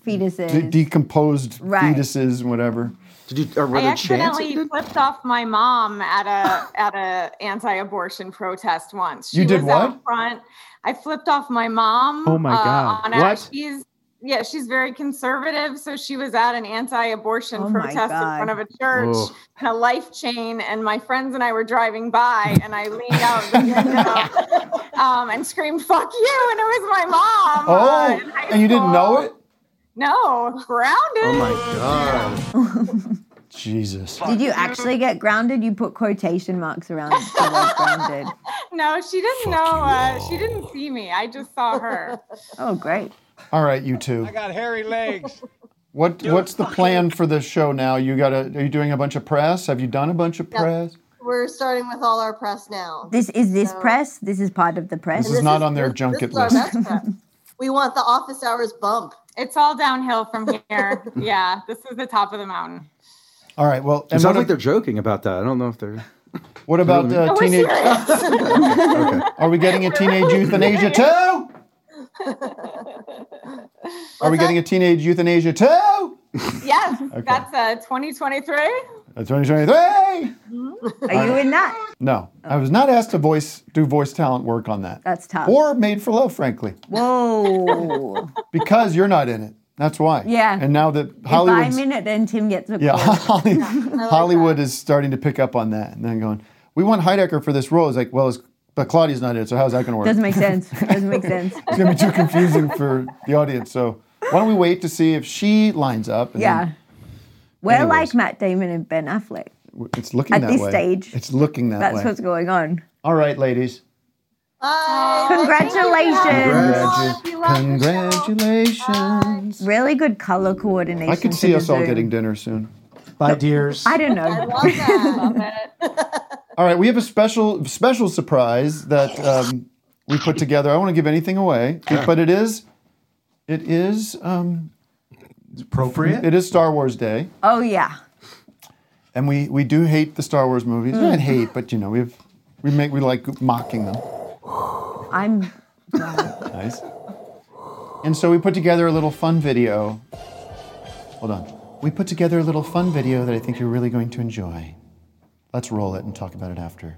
Speaker 2: de-
Speaker 5: Fetuses.
Speaker 2: decomposed
Speaker 5: Right.
Speaker 2: fetuses and whatever. Did you? Or
Speaker 19: I accidentally flipped off my mom at a at a anti-abortion protest once.
Speaker 2: You did
Speaker 19: was
Speaker 2: what?
Speaker 19: Out front. I flipped off my mom.
Speaker 4: Oh my
Speaker 19: uh,
Speaker 4: God.
Speaker 19: on a-
Speaker 4: What?
Speaker 19: she's yeah, she's very conservative, so she was at an anti-abortion
Speaker 5: Oh my
Speaker 19: protest in
Speaker 5: God.
Speaker 19: front of a church
Speaker 5: Oh.
Speaker 19: and a life chain. And my friends and I were driving by, and I leaned out the window um, and screamed "fuck you!" and it was my mom. uh,
Speaker 2: Oh,
Speaker 19: in high
Speaker 2: and you didn't know it?
Speaker 19: no, grounded.
Speaker 2: Oh my Oh, god. Jesus.
Speaker 5: Did you actually get grounded? You put quotation marks around the word grounded.
Speaker 19: No, she didn't know. Uh, she didn't see me. I just saw her.
Speaker 5: Oh, great.
Speaker 2: All right, you two.
Speaker 19: got hairy legs.
Speaker 2: What what's the plan for the show now? You got to are you doing a bunch of press? Have you done a bunch of
Speaker 21: Yeah.
Speaker 2: press?
Speaker 21: We're starting with all our press now.
Speaker 5: This is this press. This is part of the press.
Speaker 2: This is not on their junket list.
Speaker 21: We want the office hours bump.
Speaker 19: It's all downhill from here. yeah, this is the top of the mountain.
Speaker 2: All right, well,
Speaker 6: It sounds like they're joking about that. I don't know if they're.
Speaker 2: What about uh,
Speaker 19: No, we're
Speaker 2: teenage
Speaker 19: serious.
Speaker 2: Are we getting a teenage euthanasia too? Are we getting a teenage euthanasia Uh, too?
Speaker 19: yes,
Speaker 2: Okay.
Speaker 19: that's uh, 2023.
Speaker 2: Uh, 2023.
Speaker 5: Are you in that?
Speaker 2: No, I was not asked to voice do voice talent work on that.
Speaker 5: That's tough.
Speaker 2: Or made for love, frankly.
Speaker 5: Whoa.
Speaker 2: Because you're not in it. That's why.
Speaker 5: Yeah.
Speaker 2: And now that
Speaker 5: If
Speaker 2: Hollywood's
Speaker 5: I'm in it, then Tim gets a
Speaker 2: Yeah,
Speaker 5: call.
Speaker 2: Holly- Hollywood is starting to pick up on that, and then going, "We want Heidecker for this role." It's like, well, it's, but Claudia's not in it, so how's that going to work?
Speaker 5: Doesn't make sense. Doesn't make sense.
Speaker 2: it's going to be too confusing for the audience. So why don't we wait to see if she lines up? and
Speaker 5: Yeah. We're like
Speaker 2: Anyways.
Speaker 5: Matt Damon and Ben Affleck.
Speaker 2: then It's looking
Speaker 5: At
Speaker 2: that
Speaker 5: this
Speaker 2: way.
Speaker 5: stage,
Speaker 2: it's looking that
Speaker 5: That's
Speaker 2: way.
Speaker 5: what's going on.
Speaker 2: All right, ladies.
Speaker 5: Congratulations.
Speaker 2: Congratu- congratulations.
Speaker 5: Really good color coordination.
Speaker 2: I could
Speaker 5: for
Speaker 2: see
Speaker 5: the
Speaker 2: us all
Speaker 5: Zoom.
Speaker 2: getting dinner soon.
Speaker 12: Bye, dears.
Speaker 5: I don't know.
Speaker 2: All right, we have a special special surprise that um, we put together. I don't want to give anything away, but it is it is um,
Speaker 12: appropriate.
Speaker 2: It is Star Wars Day,
Speaker 5: Oh yeah.
Speaker 2: and we we do hate the Star Wars movies.
Speaker 5: Mm.
Speaker 2: Not hate, but you know we've we make we like mocking them.
Speaker 5: I'm
Speaker 2: Nice. And so we put together a little fun video. Hold on. We put together a little fun video that I think you're really going to enjoy. Let's roll it and talk about it after.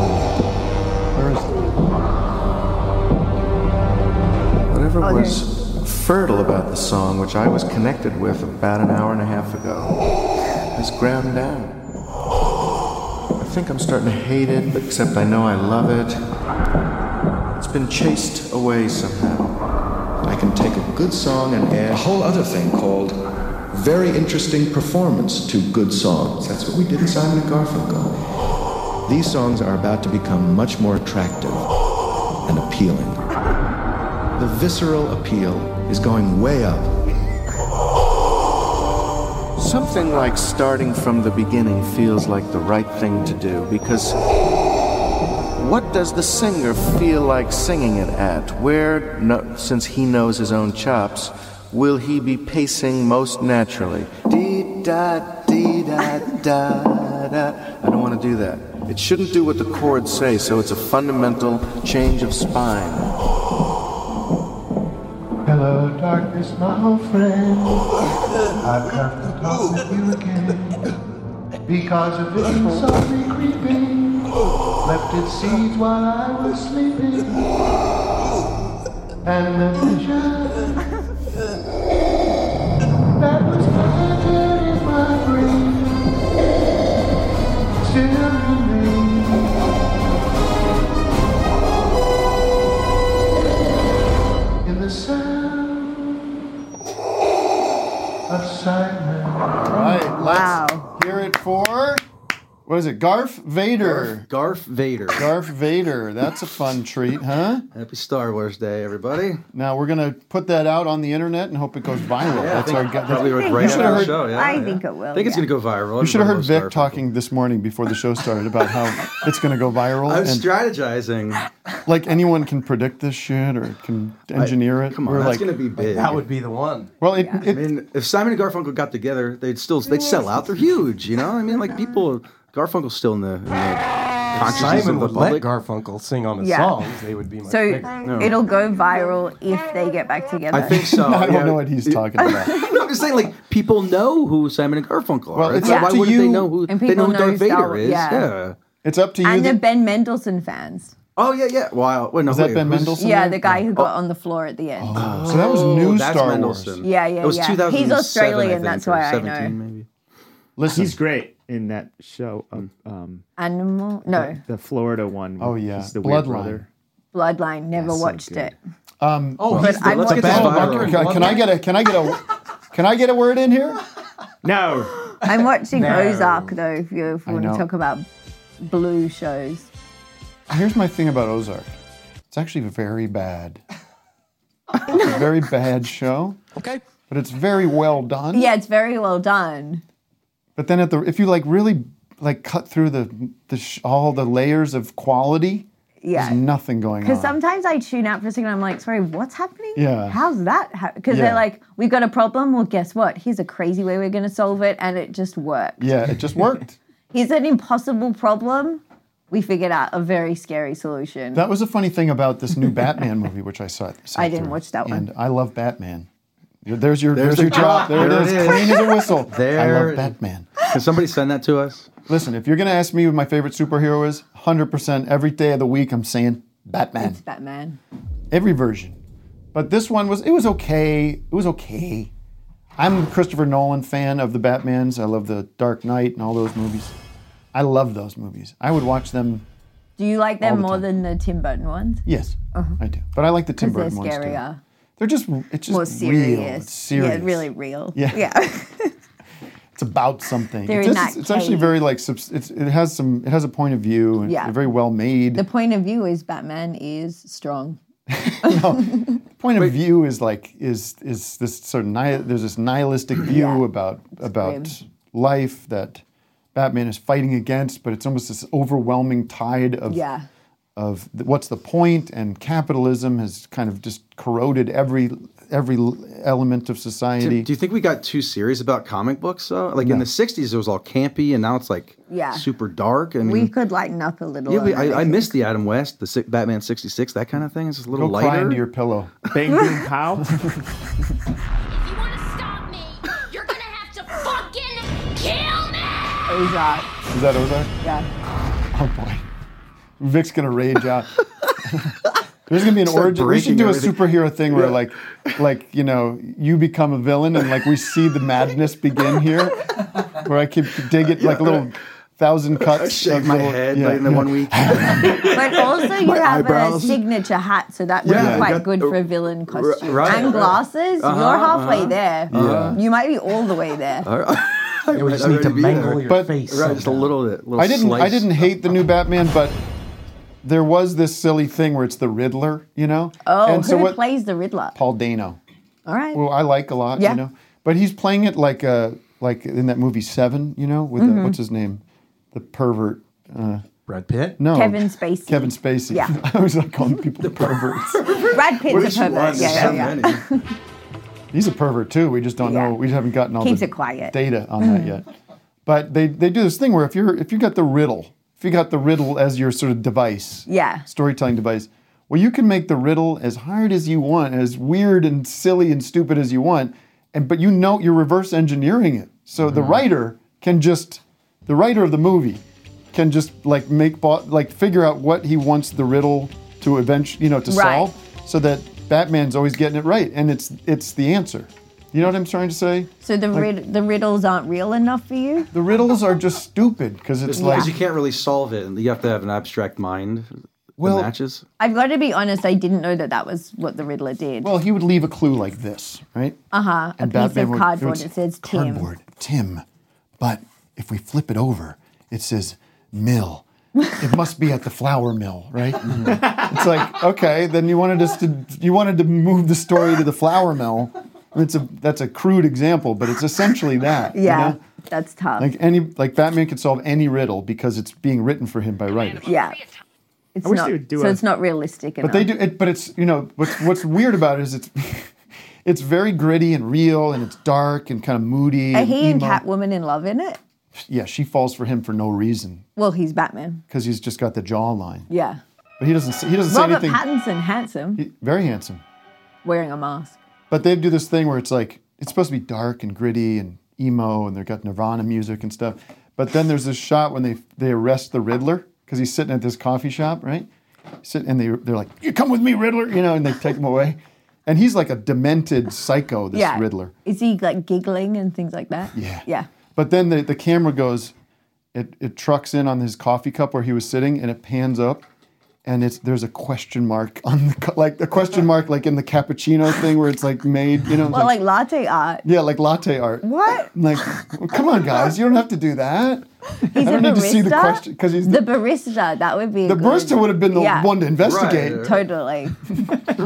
Speaker 2: Where is
Speaker 1: Whatever was fertile about the song, which I was connected with about an hour and a half ago, is ground down. I think I'm starting to hate it, except I know I love it. It's been chased away somehow. I can take a good song and add a whole other thing called very interesting performance to good songs. That's what we did in Simon and Garfunkel. These songs are about to become much more attractive and appealing. The visceral appeal is going way up. Something like starting from the beginning feels like the right thing to do because what does the singer feel like singing it at? Where, no, since he knows his own chops, will he be pacing most naturally? Dee da dee da da da. I don't want to do that. It shouldn't do what the chords say, so it's a fundamental change of spine.
Speaker 2: Hello, darkness, my old friend. I've come to talk with you again. Because a vision saw me creeping, left its seeds while I was sleeping. And the vision that was planted in my brain still remains. In the sound of silence. Right, let's hear it for. What is it? Garf Vader.
Speaker 6: Garf, Vader.
Speaker 2: Garf Vader. That's a fun treat, huh?
Speaker 6: Happy Star Wars Day, everybody.
Speaker 2: Now we're gonna put that out on the internet and hope it goes viral.
Speaker 6: Yeah, I
Speaker 2: That's
Speaker 6: think
Speaker 2: our gu- that's-
Speaker 6: probably right
Speaker 2: You should
Speaker 6: after
Speaker 2: have
Speaker 6: the
Speaker 2: heard.
Speaker 6: show, yeah,
Speaker 5: I
Speaker 6: yeah.
Speaker 5: think it will.
Speaker 6: I think it's
Speaker 5: yeah.
Speaker 6: going to go viral.
Speaker 2: You should have heard
Speaker 6: Everyone
Speaker 2: Vic
Speaker 6: loves Star
Speaker 2: talking this morning before the show started about how it's gonna go viral.
Speaker 6: Wars. I'm
Speaker 2: and
Speaker 6: strategizing.
Speaker 2: like anyone can predict this shit or can engineer it.
Speaker 6: Come on,
Speaker 2: We're
Speaker 6: that's
Speaker 2: like,
Speaker 6: going to be big.
Speaker 12: That would be the one.
Speaker 2: Well, it,
Speaker 6: I mean, if Simon and Garfunkel got together, they'd still they'd sell out. They're huge, you know. I mean, like people, Garfunkel's still in the, in the consciousness
Speaker 12: Simon
Speaker 6: of the
Speaker 12: would let
Speaker 6: public.
Speaker 12: Garfunkel sing on his
Speaker 5: Yeah.
Speaker 12: songs. They would be much
Speaker 5: So
Speaker 12: bigger.
Speaker 5: it'll go viral if they get back together.
Speaker 6: I think so.
Speaker 2: I don't know
Speaker 6: what
Speaker 2: he's talking about.
Speaker 6: no, I'm just saying, like people know who Simon and Garfunkel are.
Speaker 2: Well,
Speaker 6: right?
Speaker 2: it's
Speaker 6: So
Speaker 2: up
Speaker 6: why
Speaker 2: to
Speaker 6: wouldn't they
Speaker 2: you-
Speaker 6: know who
Speaker 5: And
Speaker 6: they
Speaker 5: people
Speaker 6: know who
Speaker 5: know
Speaker 6: Darth Vader
Speaker 5: Star-
Speaker 6: is?
Speaker 5: yeah.
Speaker 6: Yeah.
Speaker 2: It's up to
Speaker 5: and they're Ben Mendelsohn fans.
Speaker 6: Oh yeah, yeah. Wow. Wait, no,
Speaker 2: Was that
Speaker 6: wait, who's-
Speaker 2: Ben
Speaker 6: Oh.
Speaker 2: Mendelsohn? Oh,
Speaker 5: Yeah, the guy who got on the floor at the end.
Speaker 2: So that was new
Speaker 6: that's
Speaker 2: Star
Speaker 6: Mendelsohn.
Speaker 2: Wars.
Speaker 5: Yeah, yeah,
Speaker 6: It was
Speaker 5: yeah.
Speaker 6: 2007,
Speaker 5: He's Australian,
Speaker 6: I
Speaker 5: that's
Speaker 6: think, or
Speaker 5: why I
Speaker 6: 17
Speaker 5: know.
Speaker 6: Maybe.
Speaker 2: Listen,
Speaker 4: he's great in that show. Of, um,
Speaker 5: Animal? No,
Speaker 4: the, the Florida one.
Speaker 2: Oh,
Speaker 4: where
Speaker 2: yeah.
Speaker 4: he's the
Speaker 2: Bloodline.
Speaker 4: weird brother.
Speaker 5: Bloodline. Never watched it.
Speaker 2: Um,
Speaker 5: Oh, But he's the- I let's want- get this
Speaker 2: Oh,
Speaker 5: viral.
Speaker 2: my God, Can I get a? Can I get a? Can I get a word in here?
Speaker 4: No.
Speaker 5: I'm watching
Speaker 2: No.
Speaker 5: Ozark though. If you, if
Speaker 2: I
Speaker 5: you want to
Speaker 2: know.
Speaker 5: talk about blue shows,
Speaker 2: Here's my thing about Ozark. It's actually very bad. It's a very bad show. Okay. But it's very well done.
Speaker 5: yeah, it's very well done.
Speaker 2: But then at the if you like really like cut through the the sh- all the layers of quality,
Speaker 5: Yeah.
Speaker 2: there's nothing going on.
Speaker 5: Because sometimes I tune out for a second. I'm like, sorry, what's happening?
Speaker 2: Yeah.
Speaker 5: How's that? Because
Speaker 2: Yeah.
Speaker 5: they're like, we've got a problem. Well, guess what? Here's a crazy way we're going to solve it, and it just worked.
Speaker 2: yeah, it just worked.
Speaker 5: Here's an impossible problem. We figured out a very scary solution.
Speaker 2: That was a funny thing about this new Batman movie, which I
Speaker 6: Oh,
Speaker 2: saw. sat
Speaker 5: I didn't
Speaker 2: through.
Speaker 5: watch that one.
Speaker 2: And I love Batman. Your- There's your
Speaker 6: There's
Speaker 2: there's,
Speaker 6: the
Speaker 2: your
Speaker 6: drop.
Speaker 2: drop. There,
Speaker 6: There
Speaker 2: it is.
Speaker 6: it is.
Speaker 2: Clean as a whistle. I
Speaker 6: There-
Speaker 2: love Batman.
Speaker 6: Can somebody send that to us?
Speaker 2: Listen, if you're gonna ask me what my favorite superhero is, 100% every day of the week I'm saying Batman.
Speaker 5: It's Batman.
Speaker 2: Every version. But this one was it was okay. It was okay. I'm a Christopher Nolan fan of the Batmans. I love the Dark Knight and all those movies. I love those movies. I would watch them.
Speaker 5: Do you like them
Speaker 2: All the
Speaker 5: more than the Tim Burton ones?
Speaker 2: Yes, I do. But I like the Tim
Speaker 5: Uh-huh. Because they're
Speaker 2: Burton ones too.
Speaker 5: scarier.
Speaker 2: They're just it's just
Speaker 5: More serious.
Speaker 2: real. It's serious.
Speaker 5: Yeah, really real.
Speaker 2: Yeah.
Speaker 5: yeah.
Speaker 2: It's about something.
Speaker 5: They're
Speaker 2: it's,
Speaker 5: in
Speaker 2: just-
Speaker 5: that
Speaker 2: it's actually
Speaker 5: cave.
Speaker 2: very like subs- it's, it has some it has a point of view and
Speaker 5: Yeah.
Speaker 2: it's very well made.
Speaker 5: The point of view is Batman is strong
Speaker 2: Point of view is like is is this sort of ni- there's this nihilistic view about about life that Batman is fighting against, but it's almost this overwhelming tide of
Speaker 5: Yeah.
Speaker 2: of th- what's the point and capitalism has kind of just corroded every every l- element of society.
Speaker 6: Do, do you think we got too serious about comic books? Though? Like in
Speaker 2: No.
Speaker 6: the '60s, it was all campy, and now it's like
Speaker 5: Yeah.
Speaker 6: super dark. I mean,
Speaker 5: we could lighten up a little.
Speaker 6: yeah, we,
Speaker 5: on that,
Speaker 6: I, I
Speaker 5: think.
Speaker 6: missed the Adam West, the si- Batman '66, that kind of thing. It's just a little
Speaker 2: Go
Speaker 6: lighter.
Speaker 2: cry into your pillow.
Speaker 4: Bang boom pow.
Speaker 8: Kill me!
Speaker 5: Ozark.
Speaker 2: Is that Ozark?
Speaker 5: Oh, Yeah.
Speaker 2: Oh boy, Vic's gonna rage out. There's gonna be an
Speaker 6: Start
Speaker 2: origin. We should
Speaker 6: breaking
Speaker 2: do a
Speaker 6: everything.
Speaker 2: superhero thing where like, like you know, you become a villain and like we see the madness begin here, where I could dig it like little thousand cuts. I
Speaker 6: shake my head like in the one
Speaker 2: week.
Speaker 5: But also, you
Speaker 6: My
Speaker 5: have
Speaker 6: eyebrows.
Speaker 5: a signature hat, so that would
Speaker 6: Yeah,
Speaker 5: be
Speaker 6: you
Speaker 5: quite
Speaker 6: got-
Speaker 5: good for a villain costume.
Speaker 6: right,
Speaker 5: and
Speaker 6: right.
Speaker 5: glasses.
Speaker 6: Uh-huh,
Speaker 5: You're halfway
Speaker 6: uh-huh.
Speaker 5: there.
Speaker 6: Yeah.
Speaker 5: You might be all the way there.
Speaker 6: we
Speaker 2: just need to mangle your But- face
Speaker 6: Right, just a little, little
Speaker 2: I didn't. I
Speaker 6: slice.
Speaker 2: didn't hate the new Batman, but there was this silly thing where it's the Riddler, you know.
Speaker 5: Oh,
Speaker 2: and
Speaker 5: who
Speaker 2: so what?
Speaker 5: plays the Riddler?
Speaker 2: Paul Dano.
Speaker 5: All right.
Speaker 2: Well, I like a lot,
Speaker 5: Yeah.
Speaker 2: you know. But he's playing it like a like in that movie Seven, you know, with the-
Speaker 5: Mhm.
Speaker 2: what's his name, the pervert. Uh,
Speaker 12: Brad Pitt.
Speaker 2: No,
Speaker 5: Kevin Spacey.
Speaker 2: Kevin Spacey.
Speaker 5: Yeah.
Speaker 2: I always like calling people the perverts.
Speaker 5: Brad Pitt's a pervert. Yeah, yeah, yeah.
Speaker 2: He's a pervert too. We just don't know. We haven't gotten all
Speaker 5: Keeps
Speaker 2: the
Speaker 5: it quiet.
Speaker 2: data on
Speaker 5: Mm-hmm.
Speaker 2: that yet. But they they do this thing where if you're if you got the riddle, if you got the riddle as your sort of device,
Speaker 5: Yeah.
Speaker 2: storytelling device. Well, you can make the riddle as hard as you want, as weird and silly and stupid as you want, and but you know you're reverse engineering it. So the writer can just the writer of the movie can just like make bo- like figure out what he wants the riddle to eventually you know to
Speaker 5: Right.
Speaker 2: solve, so that Batman's always getting it right, and it's it's the answer. You know what I'm trying to say?
Speaker 5: So the
Speaker 2: Like-
Speaker 5: rid- the riddles aren't real enough for you?
Speaker 2: The riddles are just stupid because it's
Speaker 5: Yeah.
Speaker 2: like
Speaker 6: you can't really solve it, and you have to have an abstract mind. that matches.
Speaker 5: I've got to be honest. I didn't know that that was what the Riddler did.
Speaker 2: well, he would leave a clue like this, right?
Speaker 5: uh huh. A
Speaker 2: and
Speaker 5: piece
Speaker 2: Batman
Speaker 5: of
Speaker 2: would-
Speaker 5: cardboard
Speaker 2: would-
Speaker 5: that says Tim.
Speaker 2: Cardboard, Tim. But if we flip it over, it says mill. It must be at the flour mill, right?
Speaker 5: Mm-hmm.
Speaker 2: it's like okay, then you wanted us to you wanted to move the story to the flour mill. It's a that's a crude example, but it's essentially that. you
Speaker 5: Yeah,
Speaker 2: know?
Speaker 5: that's tough.
Speaker 2: Like any like Batman could solve any riddle because it's being written for him by writers.
Speaker 5: yeah. It's
Speaker 2: wish
Speaker 5: not,
Speaker 2: they would do
Speaker 5: so
Speaker 2: a-
Speaker 5: it's not realistic enough.
Speaker 2: But they do it. But it's you know what's what's weird about it is it's it's very gritty and real and it's dark and kind of moody.
Speaker 5: Are he and
Speaker 2: emo.
Speaker 5: Catwoman in love in it?
Speaker 2: Yeah, she falls for him for no reason
Speaker 5: Well, he's Batman.
Speaker 2: because he's just got the jawline.
Speaker 5: Yeah.
Speaker 2: But he doesn't say- he doesn't
Speaker 5: Robert
Speaker 2: say anything.
Speaker 5: Pattinson, handsome,
Speaker 2: very handsome.
Speaker 5: wearing a mask.
Speaker 2: But they do this thing where it's like it's supposed to be dark and gritty and emo, and they've got Nirvana music and stuff. But then there's this shot when they they arrest the Riddler because he's sitting at this coffee shop, right? Sit and they they're like, "You come with me, Riddler," you know, and they take him away. And he's like a demented psycho, Oh, this
Speaker 5: yeah.
Speaker 2: Riddler.
Speaker 5: Is he like giggling and things like that?
Speaker 2: Yeah.
Speaker 5: Yeah.
Speaker 2: But then the, the camera goes, it, it trucks in on his coffee cup where he was sitting, and it pans up, and it's there's a question mark on the cu- like a question mark like in the cappuccino thing where it's like made, you know,
Speaker 5: Well, like latte art.
Speaker 2: yeah, like latte art.
Speaker 5: What?
Speaker 2: I'm like, well, come on, guys, you don't have to do that.
Speaker 5: He's
Speaker 2: I don't
Speaker 5: a barista.
Speaker 2: need to see the question because he's
Speaker 5: the
Speaker 2: the,
Speaker 5: barista. That would be a
Speaker 2: the
Speaker 5: good-
Speaker 2: barista would have been the
Speaker 5: Yeah.
Speaker 2: one to investigate.
Speaker 5: Totally.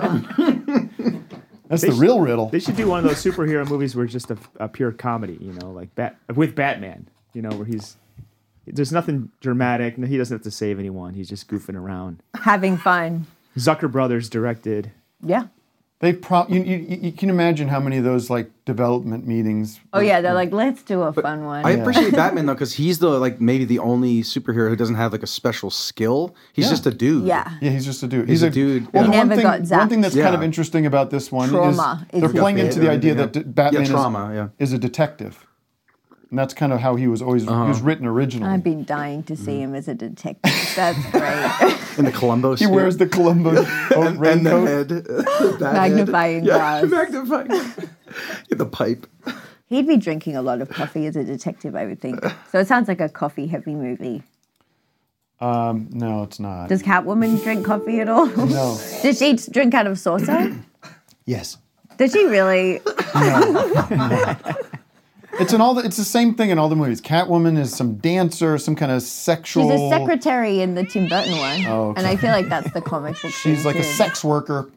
Speaker 2: That's
Speaker 4: They
Speaker 2: the
Speaker 4: should-
Speaker 2: real riddle.
Speaker 4: They should do one of those superhero movies where it's just a, a pure comedy, you know, like Bat with Batman, you know, where he's there's nothing dramatic. No, he doesn't have to save anyone. He's just goofing around.
Speaker 5: Having fun.
Speaker 4: Zucker Brothers directed.
Speaker 5: Yeah.
Speaker 2: They pro- you, you, you- you can imagine how many of those like development meetings.
Speaker 5: Oh yeah, they're like, let's do a fun one.
Speaker 6: I appreciate Batman though, because he's the like maybe the only superhero who doesn't have like a special skill. He's
Speaker 2: Yeah.
Speaker 6: just a dude.
Speaker 5: Yeah.
Speaker 2: Yeah, he's just a dude.
Speaker 6: He's a dude,
Speaker 2: Well,
Speaker 6: yeah.
Speaker 2: one,
Speaker 5: Never
Speaker 2: thing,
Speaker 5: got
Speaker 2: one thing that's
Speaker 6: zapped.
Speaker 2: kind of
Speaker 6: Yeah.
Speaker 2: interesting about this one
Speaker 5: Trauma
Speaker 2: is
Speaker 5: is
Speaker 2: they're
Speaker 5: a
Speaker 2: playing
Speaker 5: big
Speaker 2: into the
Speaker 5: thing.
Speaker 2: idea that
Speaker 6: Yeah.
Speaker 2: d- Batman
Speaker 6: Yeah, trauma,
Speaker 2: is,
Speaker 6: yeah.
Speaker 2: is a detective, and that's kind of how he was always he
Speaker 6: Uh-huh.
Speaker 2: was written originally. Mm.
Speaker 5: I've been dying to see him as a detective. That's great.
Speaker 6: In the Columbo.
Speaker 2: He wears the Columbo coat,
Speaker 6: and, and the
Speaker 2: raincoat.
Speaker 6: head, the bat head.
Speaker 5: Magnifying
Speaker 6: Yeah,
Speaker 5: glass.
Speaker 6: magnifying. the pipe.
Speaker 5: He'd be drinking a lot of coffee as a detective, I would think. So it sounds like a coffee heavy movie.
Speaker 2: Um, no, it's not.
Speaker 5: Does Catwoman drink coffee at all?
Speaker 2: No.
Speaker 5: Does she drink out of saucer?
Speaker 2: yes.
Speaker 5: Does she really?
Speaker 2: It's in all. The, it's the same thing in all the movies. Catwoman is some dancer, some kind of sexual.
Speaker 5: She's a secretary in the Tim Burton one,
Speaker 2: Oh, okay.
Speaker 5: and I feel like that's the comic book.
Speaker 2: She's
Speaker 5: thing,
Speaker 2: like a
Speaker 5: too.
Speaker 2: sex worker,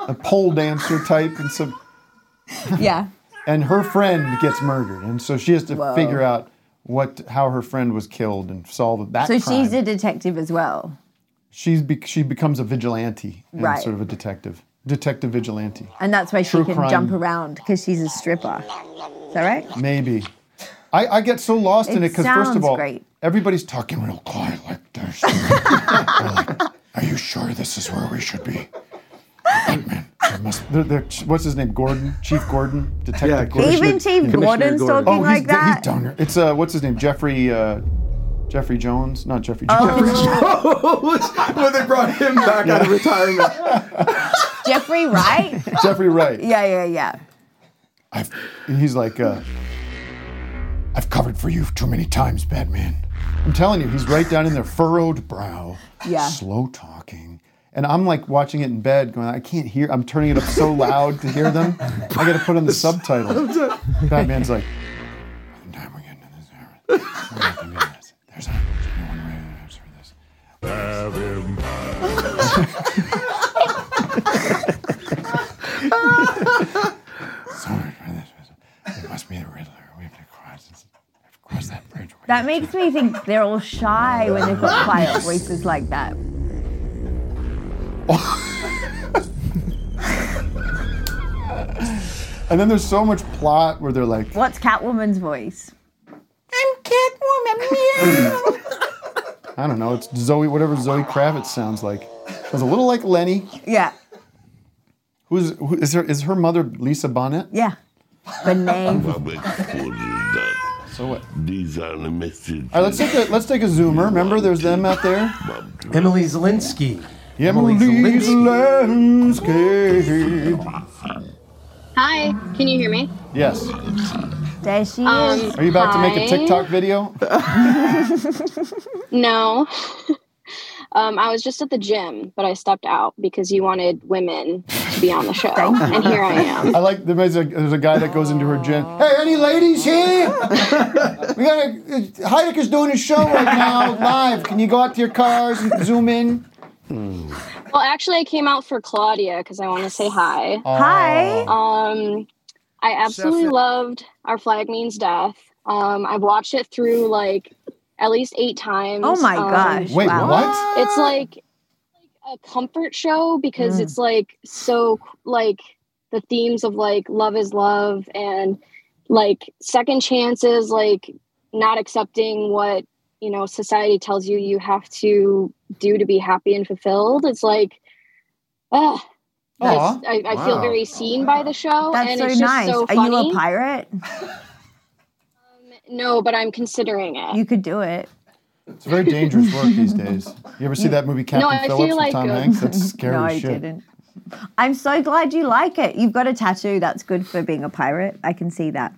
Speaker 2: a pole dancer type, and some.
Speaker 5: Yeah.
Speaker 2: And her friend gets murdered, and so she has to
Speaker 5: Whoa.
Speaker 2: figure out what how her friend was killed and solve that.
Speaker 5: so
Speaker 2: crime.
Speaker 5: she's a detective as well,
Speaker 2: she's be, she becomes a vigilante and
Speaker 5: Right.
Speaker 2: sort of a detective, detective vigilante.
Speaker 5: and that's why
Speaker 2: True
Speaker 5: she can
Speaker 2: crime.
Speaker 5: jump around because she's a stripper. Is that right?
Speaker 2: Maybe. I, I get so lost in
Speaker 5: It
Speaker 2: it because first of
Speaker 5: sounds
Speaker 2: all,
Speaker 5: great.
Speaker 2: everybody's talking real quiet like this. Are you sure this is where we should be? Batman, there must- there- there- what's his name? Gordon, Chief Gordon, Detective
Speaker 6: Yeah,
Speaker 2: Gordon.
Speaker 5: Even Chief Commissioner Gordon's Gordon. talking
Speaker 2: oh, he's,
Speaker 5: like
Speaker 2: d- he's
Speaker 5: that?
Speaker 2: down here. It's uh, what's his name? Jeffrey, uh, Jeffrey Jones, not Jeffrey.
Speaker 5: Oh.
Speaker 2: Jeffrey
Speaker 6: Jones. when they brought him back out of retirement.
Speaker 5: Jeffrey Wright.
Speaker 2: Jeffrey Wright.
Speaker 5: yeah, yeah, yeah.
Speaker 2: And he's like, uh, I've covered for you too many times, Batman. I'm telling you, he's right down in there, furrowed brow,
Speaker 5: Yeah.
Speaker 2: slow talking. And I'm like watching it in bed, going, I can't hear. I'm turning it up so loud to hear them. I got to put on the subtitles. Batman's like,
Speaker 7: Have him.
Speaker 2: It must be the Riddler. We have to cross, this- cross that bridge.
Speaker 5: That makes me think they're all shy when they've got quiet voices like that.
Speaker 2: And then there's so much plot where they're like,
Speaker 5: What's Catwoman's voice?
Speaker 2: I'm Catwoman. I don't know. It's Zoe, whatever Zoe Kravitz sounds like. Sounds a little like Lenny.
Speaker 5: Yeah,
Speaker 2: Who's who, is her? Is her mother Lisa Bonnet?
Speaker 5: yeah. Renee.
Speaker 7: Public order that.
Speaker 2: So what?
Speaker 7: These are the messages.
Speaker 2: All right, let's take a let's take a zoomer. Remember, there's them out there.
Speaker 12: Emily Zelinsky.
Speaker 2: Yeah, Emily
Speaker 12: Emily
Speaker 2: Zelinsky.
Speaker 18: Hi, can you hear me?
Speaker 2: Yes.
Speaker 5: There she
Speaker 18: Um,
Speaker 2: Are you about to make
Speaker 18: hi.
Speaker 2: a TikTok video?
Speaker 18: No. Um, I was just at the gym, but I stepped out because you wanted women to be on the show, and here I am.
Speaker 2: I like there's a there's a guy that goes into her gym. Hey, any ladies here? we got a, Heideck is doing a show right now live. Can you go out to your cars and zoom in?
Speaker 18: Well, actually, I came out for Claudia because I want to say hi.
Speaker 2: Hi.
Speaker 18: Um, I absolutely
Speaker 22: Seth.
Speaker 18: loved Our Flag Means Death. Um, I've watched it through like at least eight times.
Speaker 5: Oh my
Speaker 18: Um,
Speaker 5: gosh!
Speaker 2: Wait,
Speaker 5: wow.
Speaker 2: what?
Speaker 18: It's like a comfort show because
Speaker 5: Mm.
Speaker 18: it's like so like the themes of like love is love and like second chances, like not accepting what you know society tells you you have to do to be happy and fulfilled. It's like, ah,
Speaker 2: Aw.
Speaker 18: I, I feel
Speaker 2: Wow.
Speaker 18: very seen by the show.
Speaker 5: That's
Speaker 18: and
Speaker 5: so
Speaker 18: it's just
Speaker 5: nice.
Speaker 18: So
Speaker 5: Are you
Speaker 18: funny.
Speaker 5: a pirate?
Speaker 18: No, but I'm considering it.
Speaker 5: You could do it.
Speaker 2: It's very dangerous work these days. You ever see that movie Captain
Speaker 18: I feel
Speaker 2: Phillips with
Speaker 18: like,
Speaker 2: Tom
Speaker 18: uh,
Speaker 2: Hanks? That's scary
Speaker 5: no,
Speaker 2: shit.
Speaker 5: I didn't. I'm so glad you like it. You've got a tattoo. That's good for being a pirate. I can see that.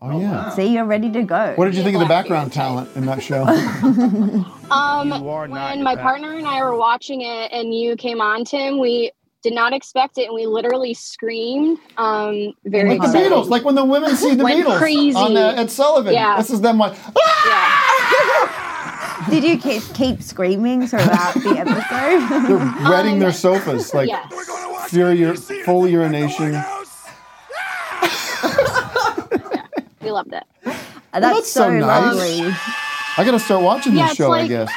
Speaker 2: Oh yeah.
Speaker 5: See, you're ready to go.
Speaker 2: What did you think of the background talent in that show?
Speaker 18: Um,
Speaker 2: not
Speaker 18: when my
Speaker 2: fat.
Speaker 18: partner and I were watching it, and you came on, Tim, we did not expect it, and we literally screamed. Um, very
Speaker 2: like the
Speaker 18: excited.
Speaker 2: Beatles, like when the women see the
Speaker 18: Went
Speaker 2: Beatles
Speaker 18: crazy.
Speaker 2: on uh, Ed Sullivan.
Speaker 18: Yeah.
Speaker 2: This is them like
Speaker 5: Did you keep, keep screaming throughout the episode?
Speaker 2: they're
Speaker 18: Um,
Speaker 2: wetting their sofas, like full, ur- full urination.
Speaker 18: we loved it.
Speaker 5: That's,
Speaker 2: that's so
Speaker 5: so,
Speaker 2: nice.
Speaker 5: lovely.
Speaker 2: I gotta start watching
Speaker 18: Yeah,
Speaker 2: this
Speaker 18: it's
Speaker 2: show, I
Speaker 18: like-
Speaker 2: guess.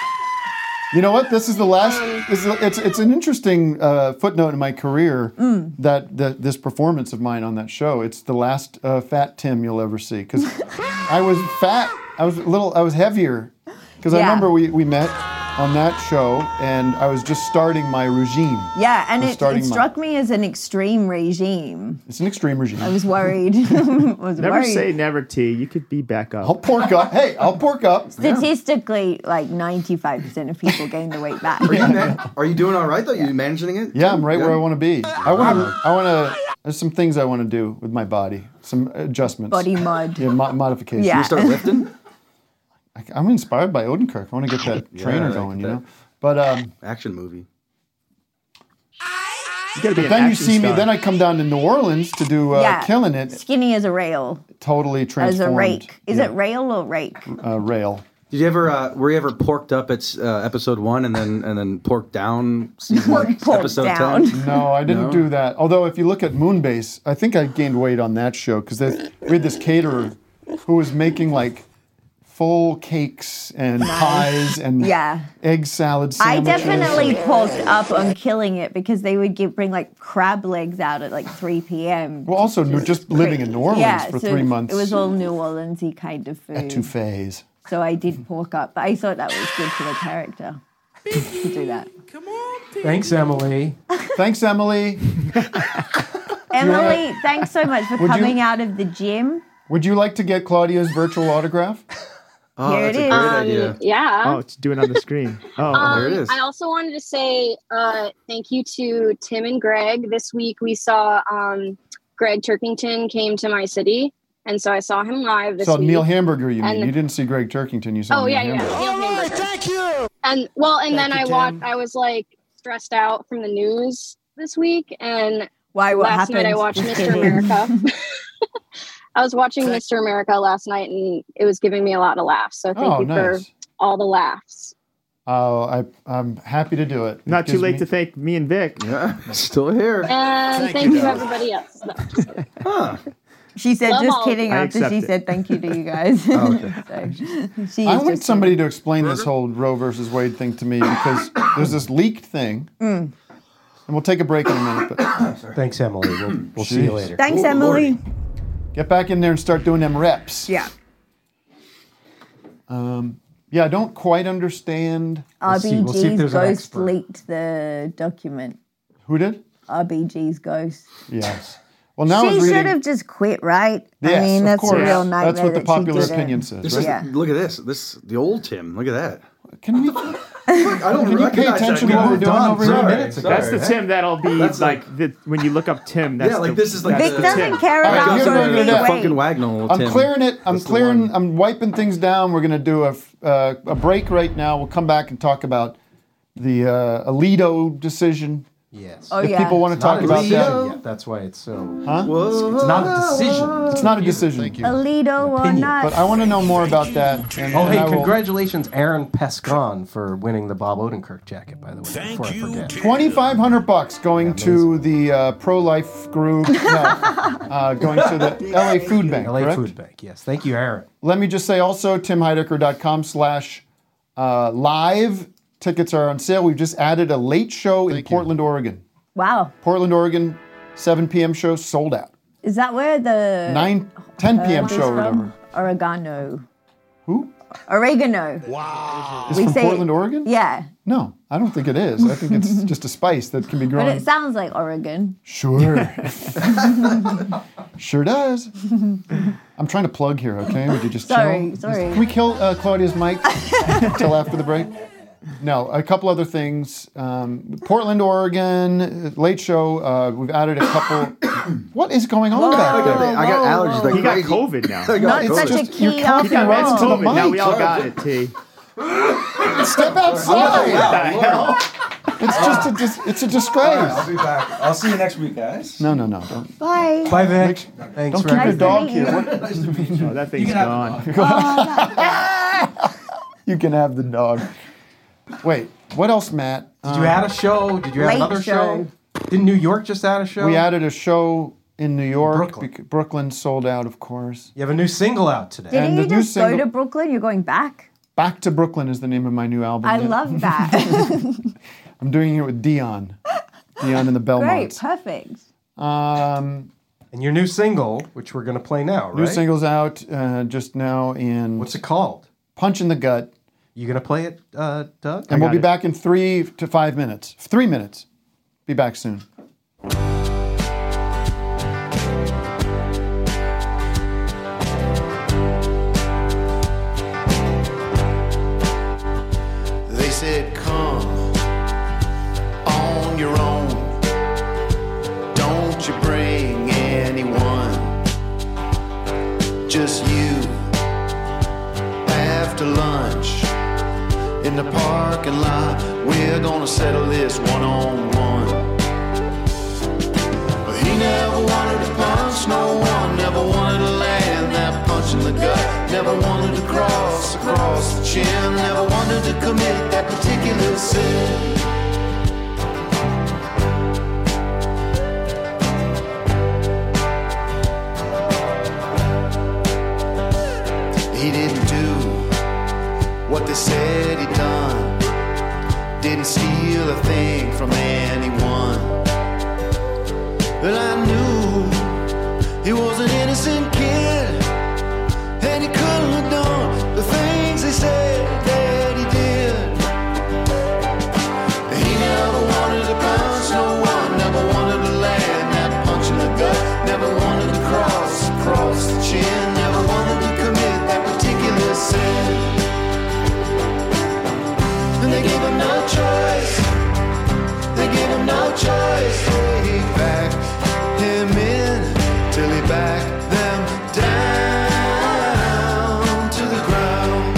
Speaker 2: You know what? This is the last. this is, it's it's an interesting uh, footnote in my career
Speaker 5: Mm.
Speaker 2: that, that this performance of mine on that show. It's the last uh, fat Tim you'll ever see because I was fat. I was a little. I was heavier because I
Speaker 5: Yeah.
Speaker 2: remember we, we met on that show and I was just starting my regime.
Speaker 5: Yeah, and
Speaker 2: We're
Speaker 5: it,
Speaker 2: starting
Speaker 5: it
Speaker 2: my-
Speaker 5: struck me as an extreme regime.
Speaker 2: It's an extreme regime.
Speaker 5: I was worried. I was
Speaker 4: Never
Speaker 5: worried.
Speaker 4: say never, T. You could be back up.
Speaker 2: I'll pork up. Hey, I'll pork up.
Speaker 5: Statistically, like 95% of people gain the weight back.
Speaker 6: Are you doing all right though? You managing it?
Speaker 2: Yeah, I'm right where I want to be. I want to. I want to. There's some things I want to do with my body. Some adjustments.
Speaker 5: Body mod.
Speaker 2: Yeah, mo- modifications.
Speaker 5: Yeah. You start
Speaker 6: lifting?
Speaker 2: I, I'm inspired by Odenkirk. I want to get that
Speaker 6: Yeah,
Speaker 2: trainer
Speaker 6: like
Speaker 2: going. You
Speaker 6: that.
Speaker 2: know. But um,
Speaker 6: Action movie.
Speaker 4: gotta be
Speaker 2: But
Speaker 4: an
Speaker 2: then you
Speaker 4: action
Speaker 2: see me.
Speaker 4: star.
Speaker 2: Then I come down to New Orleans to do uh,
Speaker 5: Yeah.
Speaker 2: killing it.
Speaker 5: Skinny as a rail,
Speaker 2: Totally
Speaker 5: as
Speaker 2: transformed.
Speaker 5: a rake. Is
Speaker 2: Yeah.
Speaker 5: it rail or rake?
Speaker 2: uh, rail.
Speaker 6: Did you ever uh, were you ever porked up at uh, episode one and then and then porked down season
Speaker 5: Porked
Speaker 6: episode
Speaker 5: down.
Speaker 6: ten?
Speaker 2: No, I didn't
Speaker 6: No?
Speaker 2: do that. Although, if you look at Moonbase, I think I gained weight on that show because we had this caterer who was making like full cakes and pies and
Speaker 5: Yeah.
Speaker 2: egg salad
Speaker 5: I
Speaker 2: Mm. sandwiches.
Speaker 5: definitely poked up on killing it because they would give, bring like crab legs out at like 3 p.m.
Speaker 2: Well, also just, just living in New Orleans
Speaker 5: yeah,
Speaker 2: for
Speaker 5: so
Speaker 2: three months.
Speaker 5: It was all New Orleansy kind of food.
Speaker 2: touffets.
Speaker 5: So I did pork up, but I thought that was good for the character to do that.
Speaker 12: Thanks, Emily.
Speaker 2: Thanks, Emily.
Speaker 5: Emily, thanks so much for
Speaker 2: Would you-
Speaker 5: coming out of the gym.
Speaker 2: Would you like to get Claudia's virtual autograph?
Speaker 5: Oh, Here that's it a great is. idea.
Speaker 18: yeah.
Speaker 4: Oh, it's doing it on the screen. Oh,
Speaker 18: Um, I also wanted to say uh, thank you to Tim and Greg. This week we saw um, Greg Turkington came to my city, and so I saw him live this
Speaker 2: Saw
Speaker 18: week.
Speaker 2: Neil Hamburger, you mean?
Speaker 18: And-
Speaker 2: you didn't see Greg Turkington, you saw
Speaker 18: oh
Speaker 2: Neil
Speaker 18: yeah, yeah.
Speaker 2: Hamburger.
Speaker 18: thank you. And well, and
Speaker 2: Thank
Speaker 18: then I
Speaker 2: you,
Speaker 18: watched.
Speaker 2: Tim.
Speaker 18: I was like stressed out from the news this week, and
Speaker 5: why?
Speaker 18: last night I watched
Speaker 5: Just
Speaker 18: Mr.
Speaker 5: kidding.
Speaker 18: America. I was watching Mr. America last night, and it was giving me a lot of laughs. So thank
Speaker 2: Oh,
Speaker 18: you
Speaker 2: nice.
Speaker 18: for all the laughs.
Speaker 2: Oh, I, I'm happy to do it.
Speaker 4: Not too late to
Speaker 2: thank me and Vic.
Speaker 6: Yeah, still here.
Speaker 18: And
Speaker 2: Thank
Speaker 18: Uh, thank,
Speaker 2: you,
Speaker 18: you,
Speaker 2: guys.
Speaker 18: everybody else. No.
Speaker 5: She said,
Speaker 18: Love
Speaker 5: just
Speaker 18: all-
Speaker 5: kidding,
Speaker 2: I
Speaker 5: after she
Speaker 2: accept it. Oh,
Speaker 5: said thank you to you guys. So, she
Speaker 2: I
Speaker 5: is
Speaker 2: want
Speaker 5: just-
Speaker 2: somebody to explain this whole Roe versus Wade thing to me because there's this leaked thing,
Speaker 5: Mm.
Speaker 2: and we'll take a break in a minute. But
Speaker 12: Thanks, Emily. We'll,
Speaker 2: Hmm.
Speaker 12: we'll see you
Speaker 2: Jeez.
Speaker 12: later.
Speaker 5: Thanks, Emily.
Speaker 2: Get back in there and start doing them reps.
Speaker 5: Yeah.
Speaker 2: Um, yeah, I don't quite understand.
Speaker 5: RBG's ghost leaked the document.
Speaker 2: Who did?
Speaker 5: RBG's ghost.
Speaker 2: Yes. Well, now I
Speaker 5: she
Speaker 2: was
Speaker 5: should
Speaker 2: reading.
Speaker 5: have just quit, right? I
Speaker 2: Yes,
Speaker 5: mean,
Speaker 2: of
Speaker 5: that's
Speaker 2: course.
Speaker 5: a real nightmare.
Speaker 2: That's what the
Speaker 5: that she
Speaker 2: popular
Speaker 5: didn't.
Speaker 2: opinion says,
Speaker 6: This is,
Speaker 5: Yeah.
Speaker 6: Look at this. This the old Tim. Look at that.
Speaker 2: Can we?
Speaker 6: I don't
Speaker 2: Can you pay
Speaker 6: recognize that.
Speaker 2: attention
Speaker 6: We
Speaker 2: to what we're
Speaker 6: moved
Speaker 2: doing
Speaker 6: on
Speaker 2: over
Speaker 6: three
Speaker 2: here?
Speaker 6: minutes ago.
Speaker 4: that's the
Speaker 6: Sorry.
Speaker 4: Tim that'll be
Speaker 6: That's
Speaker 4: like, the, when you look up Tim. That's
Speaker 6: Yeah, like
Speaker 4: the,
Speaker 6: this is like
Speaker 4: that's
Speaker 6: the-
Speaker 4: the
Speaker 6: Vic
Speaker 4: Tim.
Speaker 6: doesn't care All right, about here's what we're gonna do.
Speaker 2: Wait.
Speaker 6: Fucking Wagnall
Speaker 2: I'm
Speaker 6: Tim.
Speaker 2: clearing it. I'm clearing. I'm wiping things down. We're going to do a, f- uh, a break right now. We'll come back and talk about the uh, Alito decision.
Speaker 12: Yes.
Speaker 2: Oh, If yeah. people wanna
Speaker 12: It's not
Speaker 2: talk
Speaker 12: a
Speaker 2: about
Speaker 12: decision
Speaker 2: that-
Speaker 12: yet, that's why it's so.
Speaker 2: Huh?
Speaker 12: It's, it's not a decision.
Speaker 2: It's not a decision. Thank
Speaker 5: Alito or not.
Speaker 2: But I want to know more about that. And,
Speaker 12: Oh,
Speaker 2: and
Speaker 12: hey,
Speaker 2: I will-
Speaker 12: congratulations, Aaron Pescon, for winning the Bob Odenkirk jacket, by the way. Thank before I forget.
Speaker 2: 2500 bucks going to the uh, pro-life group no, uh, going to the la food bank
Speaker 12: LA
Speaker 2: correct?
Speaker 12: Food Bank, yes. Thank you, Aaron.
Speaker 2: let me just say also timheidecker.com slash uh, live tickets are on sale we've just added a late show in portland oregon
Speaker 5: Wow.
Speaker 2: portland oregon 7 p.m show sold out
Speaker 5: Is that where the
Speaker 2: 9 10
Speaker 5: uh,
Speaker 2: p.m
Speaker 5: is
Speaker 2: show or
Speaker 5: from?
Speaker 2: whatever
Speaker 5: Oregano.
Speaker 2: Who?
Speaker 5: Oregano.
Speaker 2: wow it's
Speaker 5: We
Speaker 2: from
Speaker 5: say-
Speaker 2: portland oregon
Speaker 5: Yeah.
Speaker 2: no i don't think it is i think it's just a spice that can be
Speaker 5: But
Speaker 2: grown
Speaker 5: it sounds like Oregon.
Speaker 2: Sure. sure does. I'm trying to plug here, okay? Would you just
Speaker 5: Sorry,
Speaker 2: chill? Just-
Speaker 5: sorry.
Speaker 2: Can we kill uh, Claudia's mic till after the break? No, a couple other things. Um, Portland, Oregon, late show. Uh, we've added a couple. what is going on back there?
Speaker 6: I got allergies like
Speaker 4: He got
Speaker 6: crazy.
Speaker 4: COVID now.
Speaker 6: I got Oh, Not such a COVID. key
Speaker 2: You're
Speaker 4: He
Speaker 2: coughing
Speaker 4: got
Speaker 2: right into the
Speaker 4: COVID.
Speaker 2: mic.
Speaker 4: Now we all got it, T.
Speaker 6: Oh,
Speaker 2: Step
Speaker 4: What the
Speaker 2: outside.
Speaker 4: hell?
Speaker 2: It's just a dis- it's a disgrace.
Speaker 6: be back. I'll see you next week, guys.
Speaker 2: No, no, no. Don't,
Speaker 5: Bye.
Speaker 12: Bye, Vic. Thanks
Speaker 2: don't
Speaker 12: for
Speaker 2: keep your
Speaker 12: everything.
Speaker 2: dog here. What-
Speaker 4: Oh, that thing's gone.
Speaker 5: Oh,
Speaker 2: You can have the dog. Wait, what else, Matt?
Speaker 12: Did you add a show? Did you add
Speaker 2: Late
Speaker 12: another show?
Speaker 2: show.
Speaker 12: Didn't New York just add a show?
Speaker 2: We added a show in New York. Brooklyn, Brooklyn sold out, of course.
Speaker 12: You have a new single out today.
Speaker 5: Didn't
Speaker 2: And
Speaker 5: you
Speaker 2: the new
Speaker 5: just go
Speaker 2: single-
Speaker 5: to Brooklyn? You're going back?
Speaker 2: Back to Brooklyn is the name of my new album.
Speaker 5: I
Speaker 2: Yeah.
Speaker 5: love that.
Speaker 2: I'm doing it with Dion. Dion and the
Speaker 5: Great.
Speaker 2: Belmonts.
Speaker 5: Perfect.
Speaker 2: Um,
Speaker 12: And your new single, which we're going to play now, right?
Speaker 2: New single's out uh, just now, and
Speaker 12: What's it called?
Speaker 2: Punch in the Gut.
Speaker 12: You going to play it, uh, Doug?
Speaker 2: And we'll be back in three to five minutes. Three minutes. Be back soon.
Speaker 10: They said, Come on your own. Don't you bring anyone. Just you after lunch in the parking lot. We're gonna settle this one on one. never wanted to punch no one, never wanted to land that punch in the gut, never wanted to cross across the chin, never wanted to commit that particular sin. He didn't do what they said he'd done, didn't steal a thing from anyone. Well, I knew he was an innocent kid, and he couldn't have done the things they said that he did. He never wanted to punch no one, never wanted to land that punch in the gut, never wanted to cross, cross the chin, never wanted to commit that particular sin. And they gave him no choice, they gave him no choice. They backed him in till he backed them down to the ground.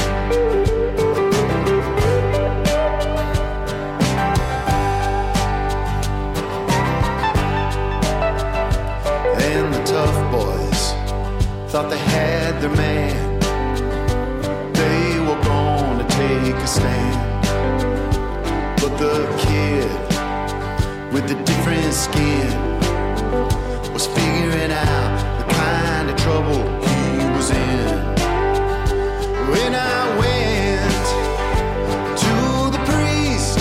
Speaker 10: And the tough boys thought they had their man. They were gonna take a stand. But the kid with the different skin was figuring out the kind of trouble he was in. When I went to the priest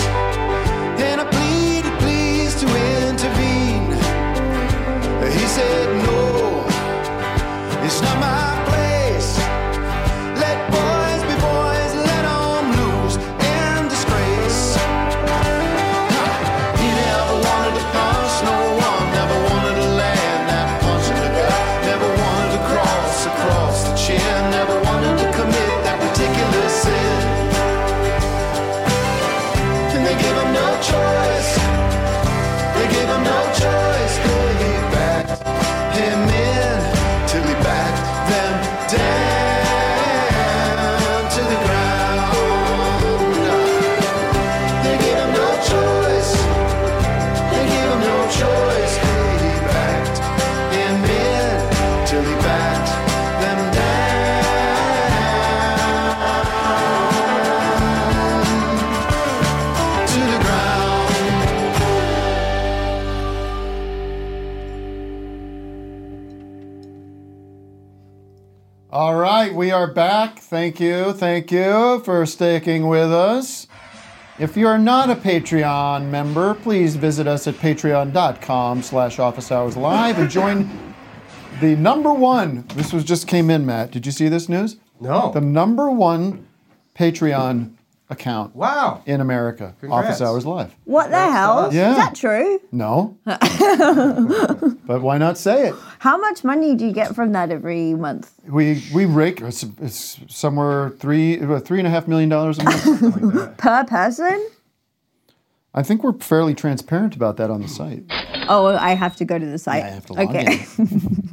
Speaker 10: and I pleaded, please to intervene, he said, No, it's not my place. Let boys be boys, let 'em lose and disgrace. He never wanted to punch no one, never wanted to land that punch in the gut, never wanted to cross across the chin, never wanted to commit that particular sin. And they gave him no choice. They gave him no choice. They backed him in till he backed them down to the ground. They gave him no choice. They gave him no choice. He backed him in till he backed them down to the ground.
Speaker 2: All right, we are back. Thank you, thank you for sticking with us. If you are not a Patreon member, please visit us at patreon.com slash office hours live and join the number one. This was just came in, Matt. Did you see this news?
Speaker 12: No.
Speaker 2: The number one Patreon account.
Speaker 12: Wow.
Speaker 2: In America.
Speaker 12: Congrats.
Speaker 2: Office Hours Live.
Speaker 5: What the hell?
Speaker 2: Yeah.
Speaker 5: Is that true?
Speaker 2: No. but why not say it?
Speaker 5: How much money do you get from that every month?
Speaker 2: We we rake it's, it's somewhere three uh, three and a half million dollars a month.
Speaker 5: Per person?
Speaker 2: I think we're fairly transparent about that on the site.
Speaker 5: Oh, I have to go to the site.
Speaker 2: I have to log
Speaker 5: okay.